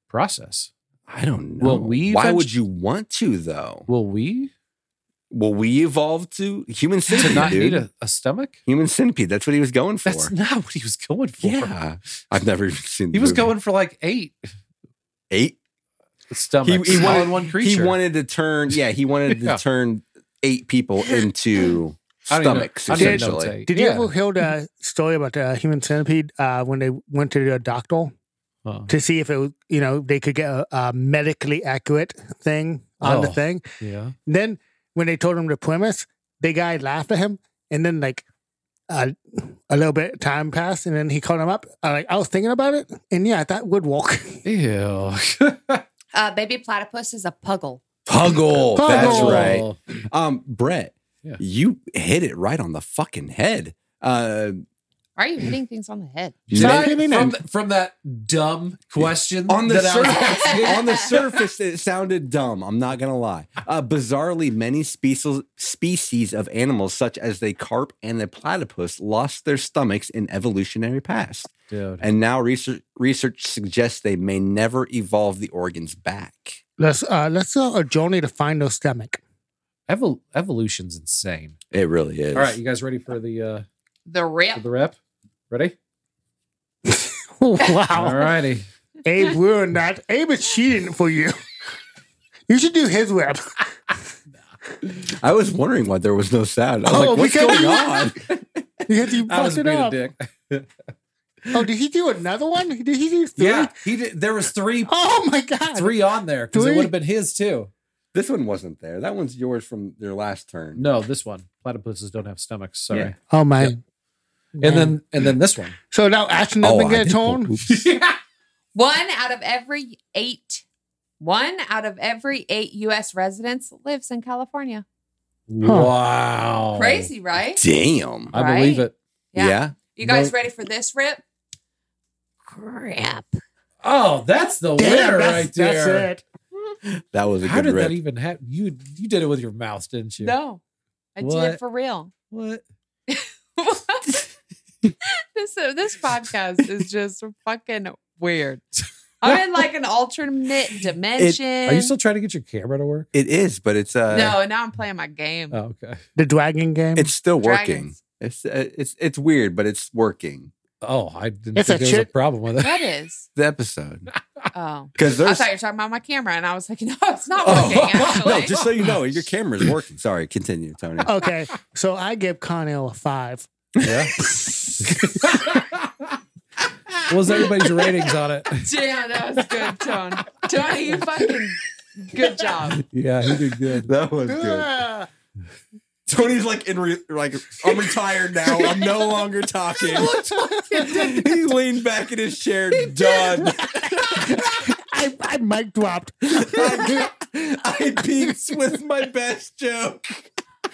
process. I don't know. Will we Why eventu- would you want to though? Will we Will we evolve to human to centipede? not dude. need a, a stomach? human centipede. That's what he was going for. That's not what he was going for. yeah, *laughs* I've never even seen. He the was movie. going for like eight eight. stomachs. he all wanted- in one creature. He wanted to turn. Yeah, he *laughs* wanted Yeah. to turn *laughs* eight people into I don't even know- stomachs. I don't even know essentially, it's eight. did you Yeah. ever hear the story about the human centipede uh, when they went to the doctor Oh, to see if it was, you know, they could get a, a medically accurate thing on the Oh. thing? yeah. Then when they told him the premise, the guy laughed at him, and then like uh, a little bit of time passed, and then he called him up. I like I was thinking about it, and yeah, that would work. Ew. Uh, baby platypus is a puggle. Puggle. That's Oh. Puggle. right. Um, Brett, Yeah. you hit it right on the fucking head. Uh, Why are you hitting things on the head? Nick- Sorry, hitting from, him. th- from that dumb question on the that I was asking. *laughs* surface, on the surface, it sounded dumb. I'm not gonna lie. Uh, bizarrely, many species species of animals, such as the carp and the platypus, lost their stomachs in evolutionary past, Dude. and now research research suggests they may never evolve the organs back. Let's uh, let's uh, a journey to find their stomach. *laughs* Evol- evolution's insane. It really is. All right, you guys ready for the uh The for rip. the rep? Ready? All wow, *laughs* righty. Abe ruined that. Abe is cheating for you. *laughs* You should do his web. I was wondering why there was no sound. I was Oh, like, "What's because- going on?" *laughs* Because he *laughs* I was fucked it being a up. dick. Oh, did he do another one? Did he do three? Yeah, he did. There was three Oh my god. three on there because it Three. would have been his too. This one wasn't there. That one's yours from their last turn. No, this one. Platypuses don't have stomachs. Sorry. Yeah. Oh my. Yep. And then Oh, and then this *laughs* one. so now Ashton doesn't I get a did pull- *laughs* tone. oops. One out of every eight. One out of every eight U.S. residents lives in California. Wow. Crazy, right? Damn. I believe Right? it. Oh. yeah. You guys No. ready for this rip? Crap. Oh, that's the winner right there. that's That was a How good did rip. that e-, even happen? You you did it with your mouth, didn't you? No, I did What? it for *laughs* real. What? this uh, this podcast is just fucking *laughs* weird. I'm in like an alternate dimension. Are you still trying to get your camera to work? It is, but it's uh, no, now I'm playing my game. Oh, okay. The dragon game. it's still working. Dragons. It's uh, it's it's weird, but it's working. Oh, I didn't It's think a there was a chick- problem *laughs* with it. That *laughs* is. The *laughs* episode. Oh. Because I there's. thought you were talking about my camera, and I was like, *laughs* no, it's not Oh, working. *laughs* actually. *laughs* Oh. no, just so *laughs* you know, your camera's working. Sorry, continue, Tony. *laughs* Okay, so I give Connell a five. *laughs* yeah. What was everybody's ratings on it? Damn, that was good, Tony. Tony, you fucking good job. Yeah, he did good. That was good. Ah. Tony's like in re- like I'm retired now. I'm no longer talking. he leaned back in his chair. Done. I, I mic dropped. *laughs* I, *laughs* I peaked with my best joke.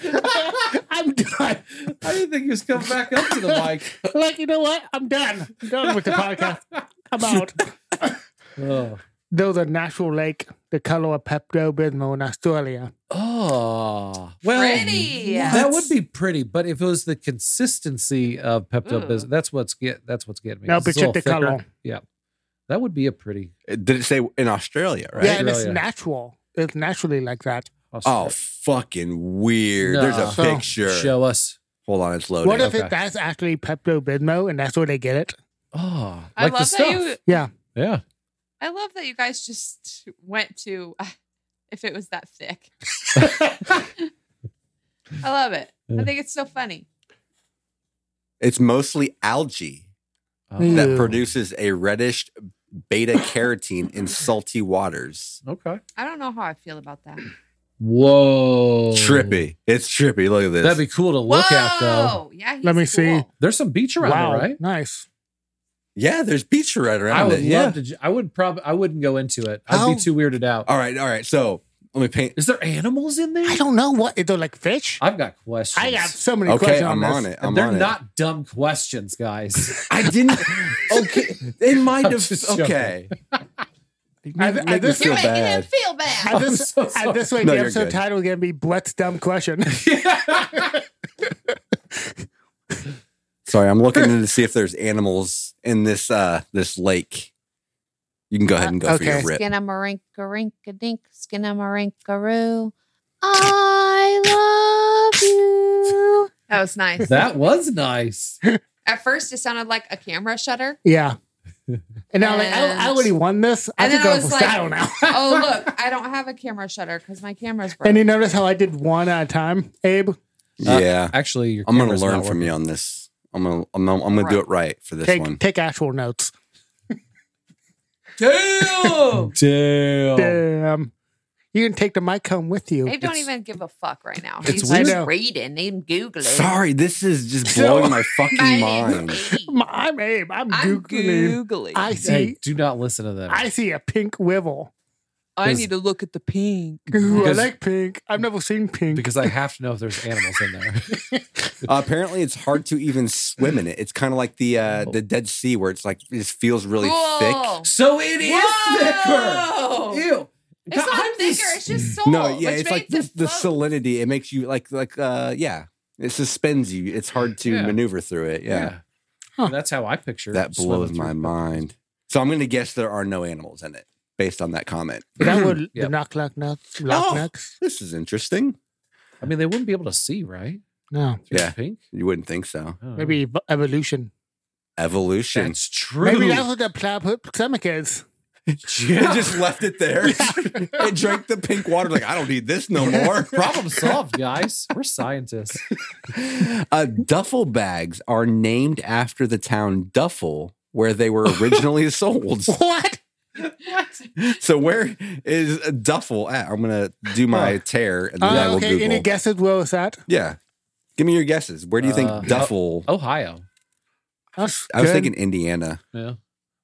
I'm done. *laughs* I didn't think he was coming back up to the mic. Like you know what? I'm done. I'm done with the podcast. *laughs* I'm out. Oh, There was a natural lake, the color of Pepto Bismol in Australia. oh well, Pretty. that would be pretty. But if it was the consistency of Pepto Bismol, Ooh. that's what's get that's what's getting me. No, It's a but check little the thicker. color. Yeah, that would be a pretty. Did it say in Australia, right? Yeah, and it's Australia. natural. It's naturally like that. Oh, fucking weird. There's No. a So- picture. show us. Hold on, it's loading. What if Okay. it, that's actually Pepto Bismol and that's where they get it? Oh, I like the love that stuff. you. Yeah. yeah, I love that you guys just went to uh, if it was that *laughs* thick. *laughs* I love it. I Yeah. think it's so funny. it's mostly algae Oh, that Ew. produces a reddish beta carotene in salty waters. okay. I don't know how I feel about that. Whoa, Trippy. It's trippy. Look at this. That'd be cool to look at though. Whoa! Yeah, he's Let me cool. see. There's some beach around wow, there, right? nice. yeah, there's beach right around I would it. love yeah. to. j- I would probably. I wouldn't go into it. I'd How- be too weirded out. All right, all right. So let me paint. Is there animals in there? I don't know what is there like fish. I've got questions. I got so many Okay, questions. I'm this. on it. I'm and they're on it. not dumb questions, *laughs* guys. I *laughs* didn't. Okay, in my I'm defense. just joking. Okay. You I- I- make me this- feel You're making him bad. feel bad. At I'm this, so at this rate, No, the you're episode good. title is going to be Brett's Dumb Question. *laughs* Sorry, I'm looking to see if there's animals in this uh this lake. You can go ahead and go for your Okay. rip. Skinnamarink-a-rink-a-dink, skinnamarink-a-roo. I love you. That was nice. *laughs* that was nice. At first, it sounded like a camera shutter. yeah. And now, like, I, I already won this. I And think then I I was was for like- style now. Oh, look, I don't have a camera shutter because my camera's broke. *laughs* and you notice how I did one at a time, Abe? Uh, Yeah, Actually, your I'm gonna camera's learn not from you on this. I'm gonna I'm, gonna- I'm gonna do it right for this Take one. take actual notes. Damn! working. Oh. Damn. Damn. You can take the mic home with you. Dave don't It's- even give a fuck right now. it's He's weird. I know. just reading and googling. Sorry, this is just No. blowing my My fucking name's mind. *laughs* Katie. M- I'm Abe. I'm I'm googling. googling. I I, see. Hey, do not listen to them. I see a pink wibble. Because- need to look at the pink. Ooh, Because- I like pink. I've never seen pink. because I have to know if there's animals in *laughs* there. Uh, apparently, it's hard to even swim in it. It's kind of like the uh, the Dead Sea, where it's like it just feels really thick. Cool. so it Whoa! Ew. It's not thicker. It's just salt. No, yeah, Oh, which it's like makes the, it the float. salinity. It makes you like like uh yeah, it suspends you. It's hard to Yeah. maneuver through it. Yeah, Huh. That's how I picture that swimming blows my through- mind. So I'm gonna guess there are no animals in it based on that comment. that *clears throat* would the Yep. knock knock nuts knock Oh. knocks. This is interesting. I mean, they wouldn't be able to see, right? No. Through the Yeah. Pink. You wouldn't think so. I don't know. Maybe ev- evolution. Evolution. *laughs* that's true. Maybe that's what the platypus stomach is. *laughs* It *laughs* just left it there. *laughs* it drank the pink water. Like I don't need this no *laughs* more. Problem solved, guys. We're *laughs* scientists. Uh, duffel bags are named after the town Duffel, where they were originally sold. What? So where is Duffel at? I'm gonna do my tear and then I Uh, will okay. Google. Any guesses where it's at? yeah, give me your guesses. Where do you think Uh, Duffel? Ohio. That's I was good. thinking Indiana, Yeah.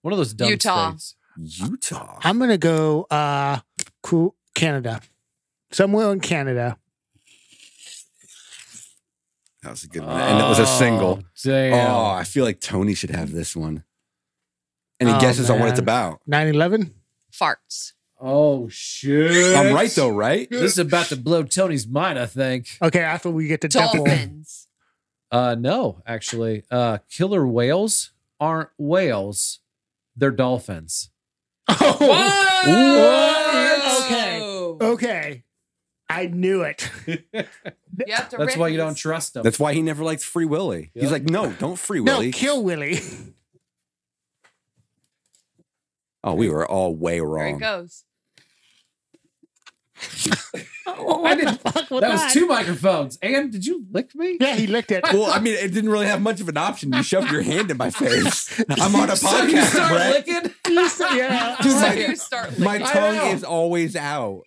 One of those dumb Utah. states. Utah. I'm gonna go uh cool Canada. Somewhere in Canada. That was a good one, and it was a single. Oh, Damn. Oh, I feel like Tony should have this one. Any Oh, guesses on what it's man. about? 9-11? farts. Oh shit! I'm right though, right? This is about to blow Tony's mind, I think. Okay, after we get to double. Dolphins. Uh, no, actually, uh, killer whales aren't whales; they're dolphins. *laughs* Oh, Whoa! Oh. Okay. okay. I knew it. You have to That's why you don't trust. trust them. That's why he never liked Free Willy. Yep. He's like, no, don't Free No, Willy. kill Willie. *laughs* oh, we were all way There it wrong. goes. I what the didn't- fuck That was two microphones. And did you lick me? Yeah, he licked it. Well, I mean, it didn't really have much of an option. You shoved your hand in my face. I'm on *laughs* a So you podcast, start Brett. *laughs* licking. yeah. Just my- you start My licking. I know. tongue is *laughs* always out.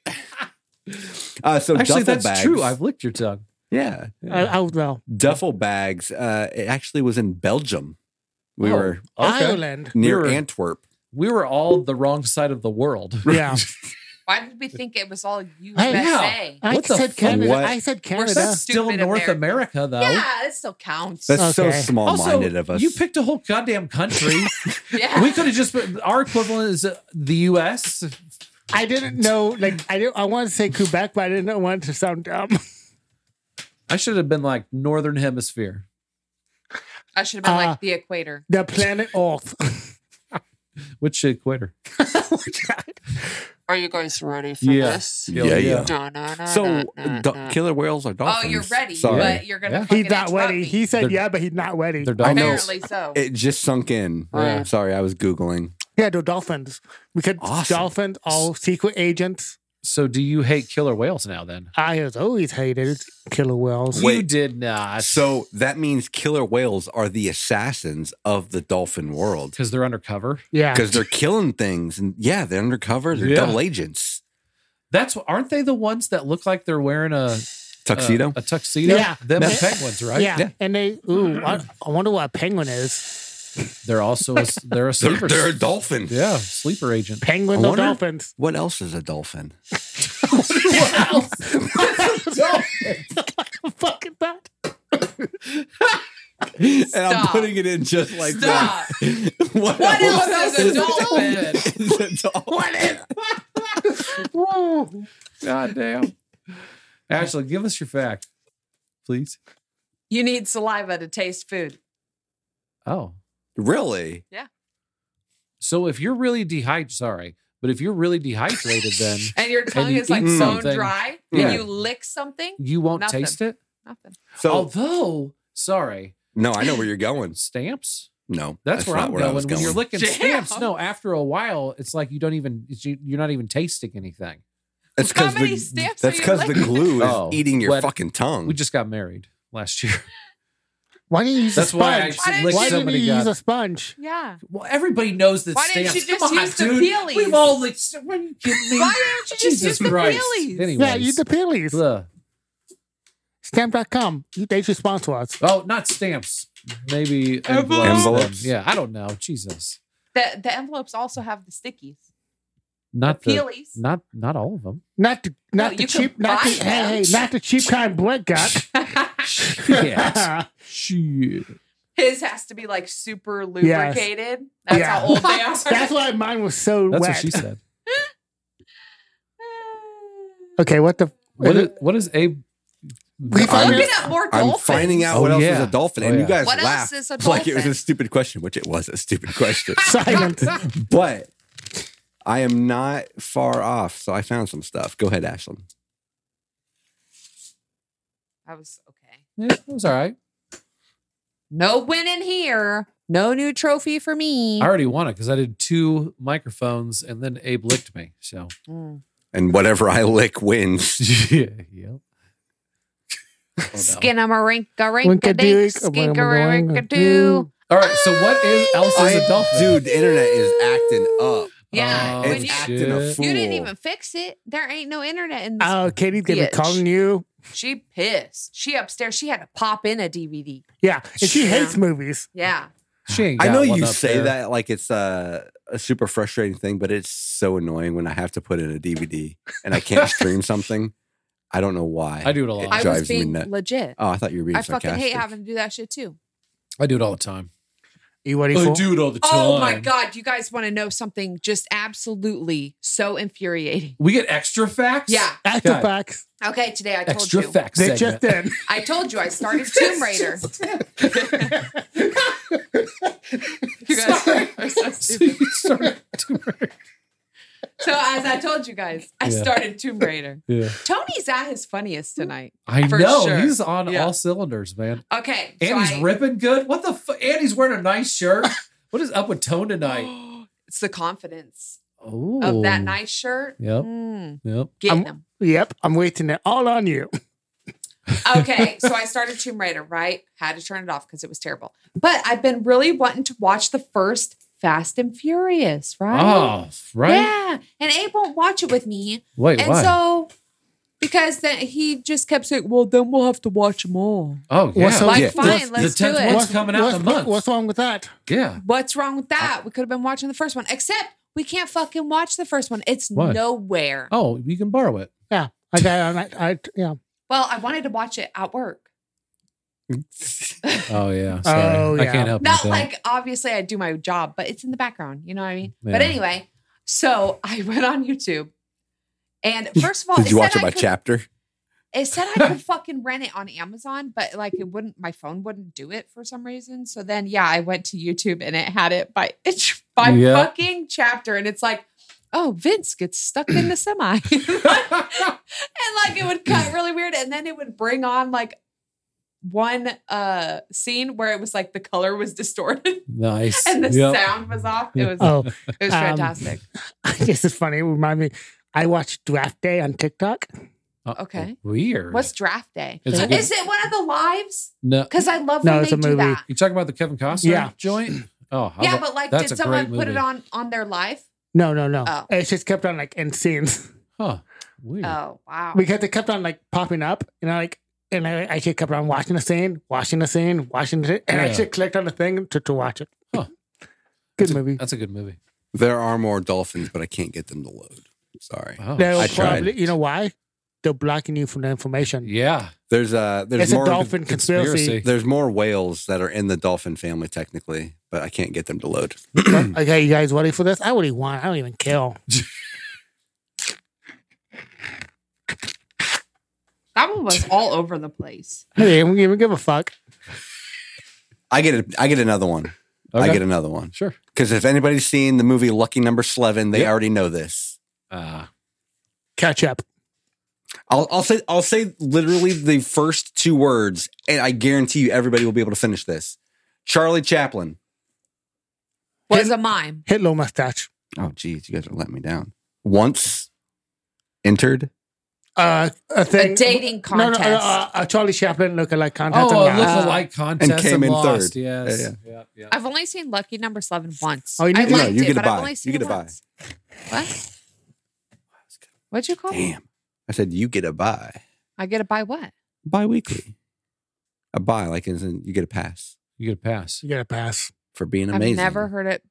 Uh, so Actually, duffel that's bags. true. I've licked your tongue. yeah, I, I was wrong. duffel bags. Uh, it actually was in Belgium. We Oh, were Ireland. near We were- Antwerp. We were all the wrong side of the world. *laughs* Yeah. Why did we think it was all USA? Hey, I What the said fuck? Canada. What? I said Canada. That's still Stupid North America, though. Yeah, it still counts. That's so Okay. Also, small-minded of us. you picked a whole *laughs* goddamn country. yeah. we could have just put our equivalent is uh, the U.S. I didn't know. Like I didn't. I wanted to say Quebec, but I didn't want it to sound dumb. I should have been like Northern Hemisphere. I should have been Uh, like the equator. The planet Earth. *laughs* Which equator? Are you guys ready for Yeah. this? Yeah, yeah. so uh, do- killer whales are Oh, dolphins. you're ready, Sorry. but you're gonna. Yeah. fucking he's not interrupt ready. me. He said They're- yeah, but he's not ready. They're I know. dolphins. Apparently so. *laughs* it just sunk in. Yeah. Sorry, I was googling. yeah, they're dolphins. We could Awesome. dolphins all secret agents. So, do you hate killer whales now? Then I has always hated killer whales. you Wait. did not. So that means killer whales are the assassins of the dolphin world because they're undercover. Yeah. because they're killing things and yeah, they're undercover. They're Yeah. double agents. That's aren't they the ones that look like they're wearing a Tuxedo. A, a tuxedo. Yeah. them and Yeah. penguins, right? Yeah. Yeah. and they. Ooh, I, I wonder what a penguin is. They're also a, they're a *laughs* they're, sleeper. they're a dolphin. yeah, sleeper agent. Penguins I or *laughs* wonder- dolphins? What else is a dolphin? *laughs* Fuck is that. And I'm Stop. putting it in just like Stop. that. *laughs* what, What else is a dolphin? is a dolphin? *laughs* What is? Whoa. God damn. Ashley, give us your fact, please. *laughs* You need saliva to taste food. Oh, *laughs* Really? so if you're really dehydrated, sorry, but if you're really dehydrated, then And your tongue you is like eat so something. dry, Yeah. and you lick something, you won't Nothing. taste it. nothing. So Although, sorry, no, I know where you're going. stamps. No, That's, where not I'm I going. was When you're licking Damn. stamps, no, after a while, it's like you don't even it's, you, you're not even tasting anything. That's How because many the, stamps that's are you 'cause the licking? glue is Oh. eating your What- fucking tongue. We just got married last year. Why didn't you use a That's why I sponge? just Why didn't licked Why so didn't you many use a gods. sponge? Yeah. Well, everybody knows that Why stamps. didn't you just Come on, use the dude. peelies? We've all licked. st- What are you kidding me? Why don't you just use Jesus the Christ. peelies? Anyways, Yeah, eat the peelies. Ugh. Stamp.com. You- They should sponsor us. Oh, not stamps. Maybe envelopes. Envelopes. Envelopes. Yeah, I don't know. Jesus, The the envelopes also have the stickies, not the, peelies. not not all of them. Not the, No, not the you can cheap, not the, buy hey, hey, them. not the cheap kind *laughs* Brett *laughs* got. Shit. Shit. *laughs* His has to be like super Yes. lubricated. That's Yeah. how *laughs* old they are. *laughs* That's why mine was so That's wet. what she said. Okay, what the? What is, what is a? We I'm- Looking at more I'm dolphins. finding out Oh, what else yeah. is a dolphin, Oh, and yeah. you guys What else laughed is a like it was a dolphin? stupid question, which it was a stupid question. *laughs* silence. but I am not far off, so I found some stuff. Go ahead, Ashlyn. I was okay. *laughs* Yeah, it was all right. No winning here. No new trophy for me. I already won it because I did two microphones and then Abe licked me. So *laughs* Mm. And whatever I lick wins. yeah, yep. Skinamarinka rinka dink, skinkarinka doo. Oh, That's All right. So what is else is a I- dolphin? Dude, the internet is acting up. Yeah, Oh, when it's you, acting a shit. fool. you didn't even fix it. There ain't no internet in this. Oh, Katie's gonna be Bitch. calling you. she pissed. She upstairs. She had to pop in a DVD. Yeah, and she Yeah. hates movies. Yeah. She ain't I got know one you up say there. that like it's a, a super frustrating thing, but it's so annoying when I have to put in a DVD and I can't *laughs* stream something. I don't know why. I do it a lot. I was drives me being nuts. legit. Oh, I thought you were being I fucking sarcastic. hate *laughs* having to do that shit too. I do it all the time. You ready for? do it all the Oh my god, you guys want to know something just absolutely so infuriating. We get extra facts. Yeah. After God. facts, Okay, today I told Extra you. facts. they *laughs* segment. just in. *laughs* I told you I *laughs* started Tomb Raider. *laughs* you guys are so So *laughs* stupid. you started to- *laughs* So as I told you guys, I Yeah. started Tomb Raider. Yeah. Tony's at his funniest tonight. I For know. sure. He's on Yeah. all cylinders, man. Okay. And so he's I- ripping good. What the fuck? And he's wearing a nice *laughs* shirt. what is up with Tone tonight? it's the confidence Oh. *gasps* of that nice shirt. Yep. Mm, Yep. getting I'm- them. Yep, I'm waiting it all on you. Okay, so I started Tomb Raider, right? Had to turn it off because it was terrible. But I've been really wanting to watch the first Fast and Furious, right? Oh, right. Yeah. And Abe won't watch it with me. Wait, and why? so because then he just kept saying, Well, then we'll have to watch them all. oh, yeah. What's up? Like, Yeah. fine, The- the let's do tenth it. one's coming out in a month. What's wrong with that? yeah. What's wrong with that? We could have been watching the first one, except we can't fucking watch the first one. It's Why? nowhere. Oh, you can borrow it. Yeah, I got. I, I yeah. Well, I wanted to watch it at work. Oh, yeah. Sorry. Oh, I yeah. can't help you Not with that. like obviously I do my job, but it's in the background. You know what I mean? But Yeah. anyway, so *laughs* I went on YouTube, and first of all, Did you said watch it Oh, I by could- chapter? It said I *laughs* could fucking rent it on Amazon, but like it wouldn't. My phone wouldn't do it for some reason. So then, yeah, I went to YouTube and it had it by *laughs* it's by Yeah. fucking chapter, and it's like, oh, Vince gets stuck in the semi, *laughs* and like *laughs* it would cut really weird, and then it would bring on like one uh scene where it was like the color was distorted *laughs* *laughs* nice. and the Yep. sound was off. It was *laughs* Oh, it was um, fantastic. this is funny. It reminded me. I watched Draft Day on TikTok. Uh, Okay. Weird. What's draft day? It's a good- Is it one of the lives? no? Because I love No, when they it's a do movie. that. You talking about the Kevin Costner Yeah. *clears throat* joint? Oh, how yeah, about- but like, that's did a great someone put it movie. on on their live? No, no, no. Oh. It just kept on like in scenes *laughs* huh? Weird. Oh wow! because it kept on like popping up, and I like. And I, I just kept on watching the scene, watching the scene, watching the, and I Yeah. just clicked on the thing to, to watch it. Huh. Good that's a- movie. that's a good movie. There are more dolphins, but I can't get them to load. Sorry. Wow. They'll I tried. probably, you know why? They're blocking you from the information. Yeah. There's uh there's it's a more dolphin conspiracy. conspiracy. There's more whales that are in the dolphin family technically, but I can't get them to load. okay, you guys ready for this? I already won. I don't even care. that one *laughs* was all over the place. I didn't even give a fuck. I get it. I get another one. I Okay. get another one. Sure. Because if anybody's seen the movie Lucky Number Eleven, they Yep. already know this. Uh, Catch up. I'll, I'll say I'll say literally the first two words, and I guarantee you everybody will be able to finish this. Charlie Chaplin. Was a mime. Hitler mustache. Oh, geez, you guys are letting me down. Once entered. Uh, a thing. A dating No, no, contest. no uh, a Charlie Chaplin lookalike contest. oh, a I'm not- look- lookalike contest and came in lost. third. Yes. Yeah, yeah. yeah. I've only seen Lucky Number Eleven once. Oh, you I need to- liked No, you it, get a but I've buy. only You seen get it a buy. once. What? What'd you call me? Damn. I said you get a buy. I get a buy what? Bi-weekly. A buy, like as in you get a pass You get a pass. You got to pass. for being I've amazing. never heard it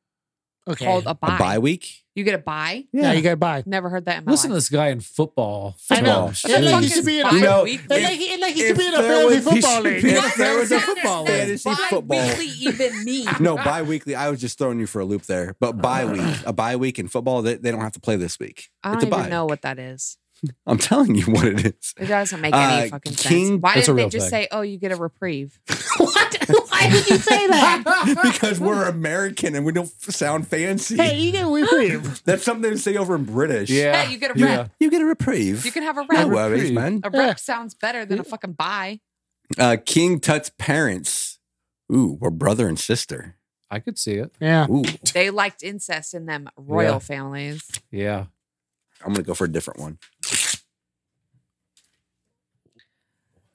Okay. called a buy. a buy week? You get a buy. yeah. you got to buy. Never heard that in my Listen to life. this guy in football. I know. Football. It's What the like fuck you is should be in a- bi- You know, weekly? It's like, it's like you should be in a there fantasy was- he football should league. be- What if there was a does football does fantasy football. bi-weekly even mean? *laughs* No, bye weekly. I was just throwing you for a loop there. But bye week, a bye week in football, they, they don't have to play this week. I don't it's a even bye. know what that is. I'm telling you what it is. It doesn't make any Uh, fucking King- sense. Why That's didn't a they real just thing. say, "Oh, you get a *laughs* reprieve"? what? Why did you *laughs* say that? because we're American and we don't f- sound fancy. hey, you get a reprieve. That's something they say over in British. Yeah. Hey, you get a Yeah. rep. You get a reprieve. You can have a no rep. worries, reprieve. man. A *laughs* rep sounds better than a fucking buy. Uh, King Tut's parents. Ooh, were brother and sister. I could see it. Yeah. Ooh, They liked incest in them royal Yeah. families. Yeah. I'm gonna go for a different one.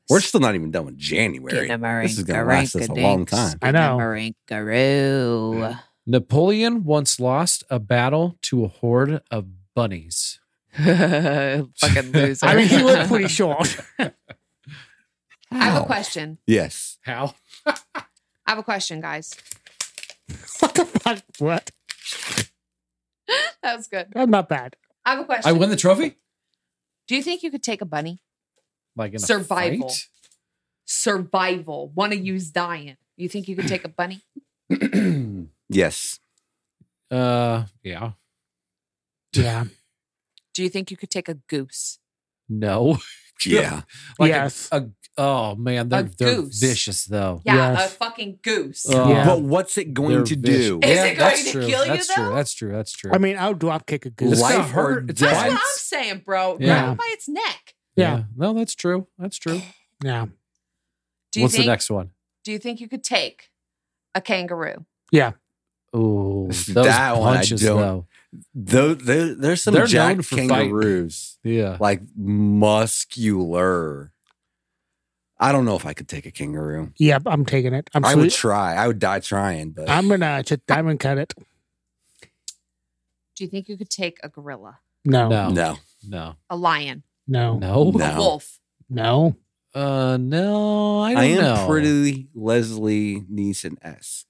We're still not even done with January. This is gonna last us a long time. I know. Marinkaroo. Napoleon once lost a battle to a horde of bunnies. *laughs* fucking loser. *laughs* I mean, he looked pretty short. *laughs* I have Ow. a question. Yes. How? I have a question, guys. *laughs* what the fuck? What? That was good. I'm not bad. I have a question. I win the trophy? Do you think you could take a bunny? Like in a Survival. fight? Survival. One of you's dying. You think you could take a bunny? Yes. *clears throat* Uh, yeah. Yeah. Do you think you could take a goose? No. *laughs* Yeah. Like Yes. A, Oh man, they're they're goose. vicious though. Yeah, Yes. a fucking goose. Oh, Yeah. But what's it going they're to vicious. do? Is it going that's to true. kill you, that's True. though? That's true. That's true. I mean, I'll drop kick a goose. It's gonna life or hurt. It's That's what bites. I'm saying, bro. Yeah. Grab it by its neck. Yeah. No, that's true. That's true. Yeah. Do you What's think? the next one? Do you think you could take a kangaroo? Oh, those That one I punches don't- though. Though, though, there's some They're jack known for kangaroos, Yeah. like muscular. I don't know if I could take a kangaroo. Yep. I'm taking it. I'm I would sweet. try. I would die trying, but I'm gonna just diamond cut it. Do you think you could take a gorilla, No. No. no. No. a lion, No. No. No. No. a wolf? No. Uh, no. I I, don't am know. pretty Leslie Neeson esque.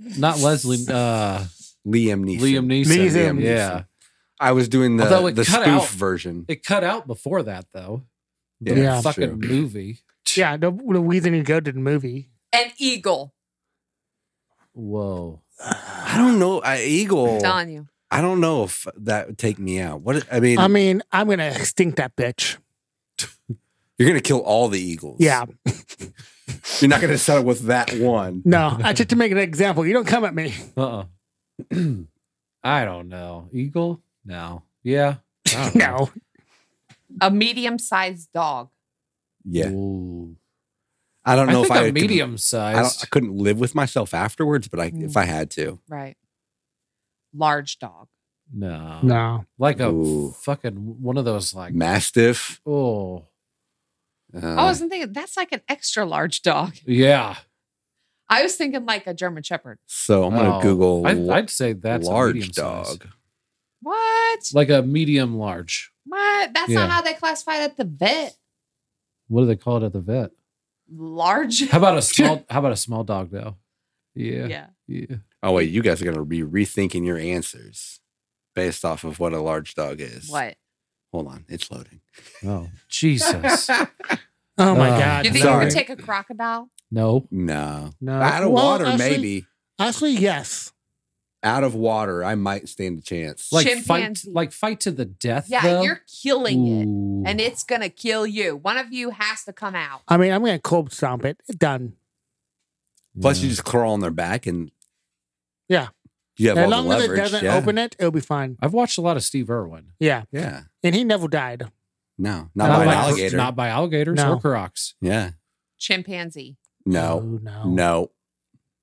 Not Leslie. Uh, Liam Neeson. Liam Neeson. Neeson. Yeah. I was doing Although the, it the cut spoof out- version. It cut out before that though. The Yeah, fucking movie. Yeah. The, the reason you go to the movie. An eagle. Whoa. I don't know. I, Eagle. Oh. I'm telling you. I don't know if that would take me out. What I mean, I mean, I'm gonna extinct that bitch. you're gonna kill all the eagles. Yeah. you're not gonna settle with that *laughs* one. No. I just to make an example. You don't come at me. Uh. uh *clears throat* I don't know. Eagle. No. Yeah. I don't know. *laughs* No. A medium-sized dog. Yeah, Ooh. I don't I, know think if I a could- medium I, don't- I sized. couldn't live with myself afterwards, but I, if I had to, Right. Large dog. No. No. Like a Ooh. fucking one of those like mastiff. oh Uh, Oh, I wasn't thinking that's like an extra large dog. yeah. I was thinking like a German Shepherd. so I'm gonna Oh. Google I, l- I'd say that's a large medium dog. Size. What? Like a medium large. What? That's Yeah. not how they classify it at the vet. What do they call it at the vet? Large. How *laughs* about a small how about a small dog though? Yeah. Yeah. yeah. Oh wait, you guys are gonna be rethinking your answers based off of what a large dog is. What? Hold on, it's loading. Oh. *laughs* *laughs* Jesus. Oh my Uh, god. You think Sorry. you could take a crocodile? no. No, Uh, No. out of Well, water, actually- maybe. Actually, yes. Out of water, I might stand a chance. Like Chimpanzee. fight like fight to the death. Yeah, though? you're killing it. Ooh. And it's gonna kill you. One of you has to come out. I mean, I'm gonna cold stomp it. Done. Plus, Yeah. you just crawl on their back and Yeah. you have As all long the as leverage. it doesn't yeah. open it, it'll be fine. I've watched a lot of Steve Irwin. Yeah. yeah, And he never died. no, not by an by- alligator. Not by alligators No. or crocs. yeah, Chimpanzee. no, Oh, no. no,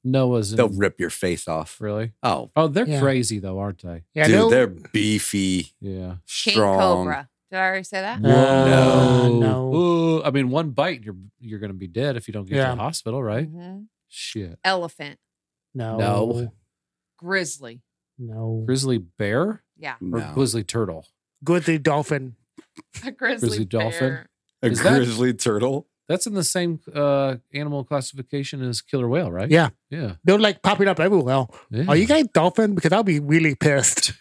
Noah's they'll in, rip your face off. really. Oh, Oh, they're Yeah. crazy though, aren't they? Yeah, dude, no- they're beefy, Yeah. King strong. Cobra. Did I already say that? No. Whoa. No. Ooh, I mean, one bite, you're you're gonna be dead if you don't get Yeah. to the hospital, right? Mhm. Shit. Elephant. no, No. Grizzly. no. Grizzly bear Yeah. *laughs* or No. grizzly turtle? Grizzly dolphin. A grizzly, Grizzly dolphin? bear. a Is that- grizzly turtle. That's in the same uh, animal classification as killer whale, right? Yeah, Yeah. they're like popping up everywhere. yeah. Are you guys dolphin? Because I'll be really pissed.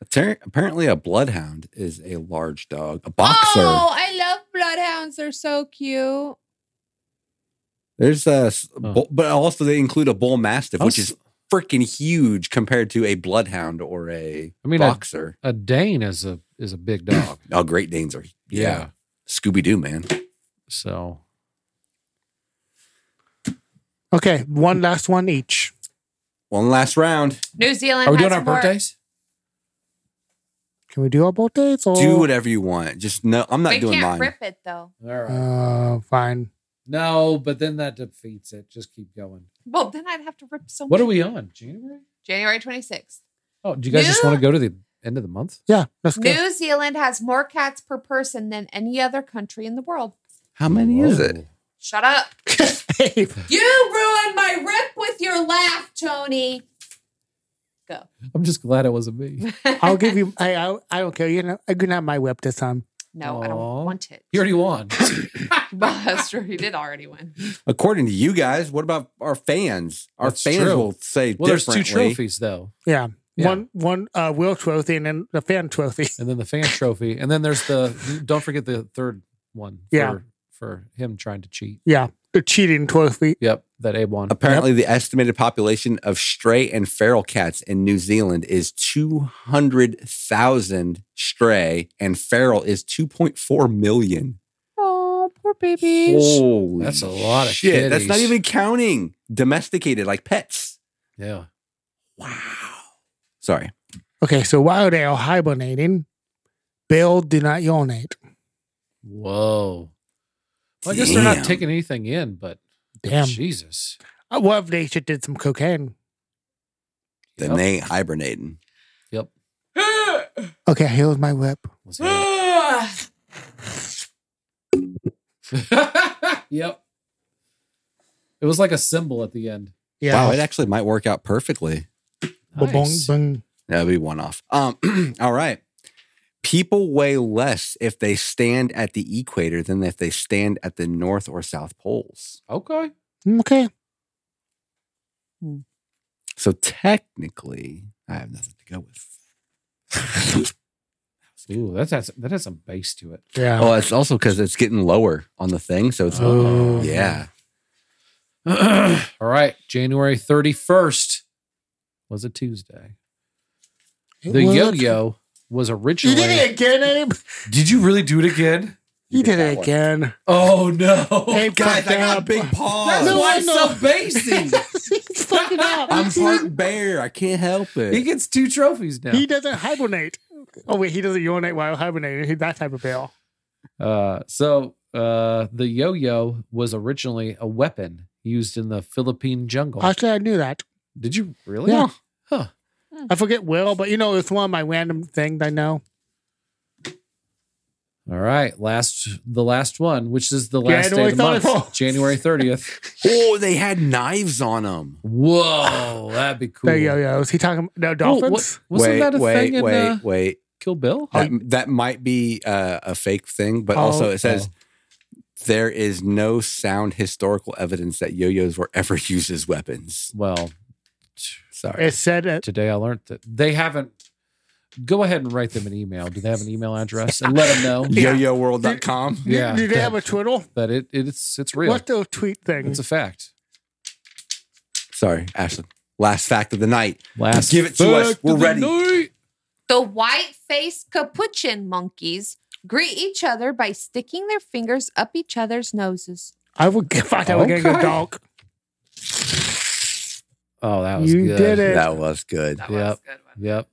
Apparent- Apparently, a bloodhound is a large dog. A boxer. Oh, I love bloodhounds. They're so cute. There's a, s- Huh. bull, but also they include a bull mastiff, I which was- is freaking huge compared to a bloodhound or a *laughs* I mean, a, boxer. a Dane is a is a big dog. oh, Great Danes are *coughs* yeah. Scooby Doo man. So Okay, one last one each. One last round. New Zealand. are we has doing our some more- birthdays? Can we do our birthdays or Oh. Do whatever you want. Just no, I'm not They doing can't mine. rip it though. All right. Uh, fine. no, but then that defeats it. Just keep going. Well, then I'd have to rip so What much. are we on? January? January 26th. Oh, do you guys just New- want to go to the end of the month? Yeah, let's *laughs* go. New Zealand has more cats per person than any other country in the world. How many is Whoa. it? Shut up. Hey, You ruined my rip with your laugh, Tony. I'm just glad it wasn't me. I'll give you. I, I I don't care. You know, I can have my whip this time. *laughs* No, I don't Aw. want it. *laughs* You already *laughs* won. Well, that's true. He did already win. According to you guys, what about our fans? Our That's fans true. will say Well, there's two differently. trophies though, Yeah, Yeah. one one uh, will trophy and then the fan trophy. *laughs* and then the fan trophy, and then there's the don't forget the third one. Yeah. For, for him trying to cheat. Yeah, the cheating trophy. Yep, that Abe won. Apparently, the estimated population of stray and feral cats in New Zealand is 200,000 stray, and feral is 2.4 million. Oh, Poor babies. Holy That's a lot of shit. That's not kitties. even counting domesticated, like pets. Yeah. Wow. Sorry. Okay, so while they are hibernating, Bill do not urinate. Whoa. Well, I guess they're not Damn. taking anything in, but Damn. Jesus. Uh, What if they should did some cocaine? Then Yep. they ain't hibernating. Yep. Okay, here's my whip. Let's Ah. hear it. *laughs* yep. It was like a symbol at the end. Yeah. Wow, it actually might work out perfectly. Nice. Ba-bong, That'd be one off. Um, *clears throat* all right. People weigh less if they stand at the equator than if they stand at the north or south poles. Okay. bong. Mm, Okay. So technically, I have nothing to go *laughs* with. Ooh, that's has, that has some bass to it. Yeah. Oh, it's also because it's getting lower on the thing. So it's, Oh. yeah. *clears throat* All right. January 31st was a Tuesday. The Well, yo that's- yo was You originally. did it again, Abe. Did you really do it again? You did that it one. again. Oh, no. Abe Guys, fucked I got up. big paws. That's No, why I it's know. so bassy. *laughs* *laughs* He's fucking up. I'm He- part bear. I can't help he it. gets two trophies now. He doesn't hibernate. Oh wait, he doesn't urinate while hibernating. He's that type of bill. Uh, so uh, the yo-yo was originally a weapon used in the Philippine jungle. Actually, I knew that. Did you really? Yeah. Huh. I forget Will, but you know, it's one of my random things I know. All right. Last the last one, which is the last day of the January month, 30th. January thirtieth. Oh, they had knives on them. Whoa, that'd be cool. The yo-yos. He talking no Oh, dolphins. what, wasn't wait, that a wait, thing in wait, uh, wait. Kill Bill? That, that might be uh, a fake thing, but Oh, also it says there is no sound historical evidence that yo-yos were ever *laughs* used as weapons. Well, Sorry. It said it. today I learned that they haven't. Go ahead and write them an email. Do they have an email address? And let them *laughs* know Yeah. YoYoWorld.com. Yeah. Yeah. Do they have a twiddle? that it, it's it's real. What's the tweet thing? It's a fact. Sorry, Ashley. Last fact of the night. Last Give it to us. fact We're of the ready. night. The white faced capuchin monkeys greet each other by sticking their fingers up each other's noses. I would give out that we're getting Okay. a dog. Oh, that was You good. did it. That was good. That Yep. was a good one. Yep.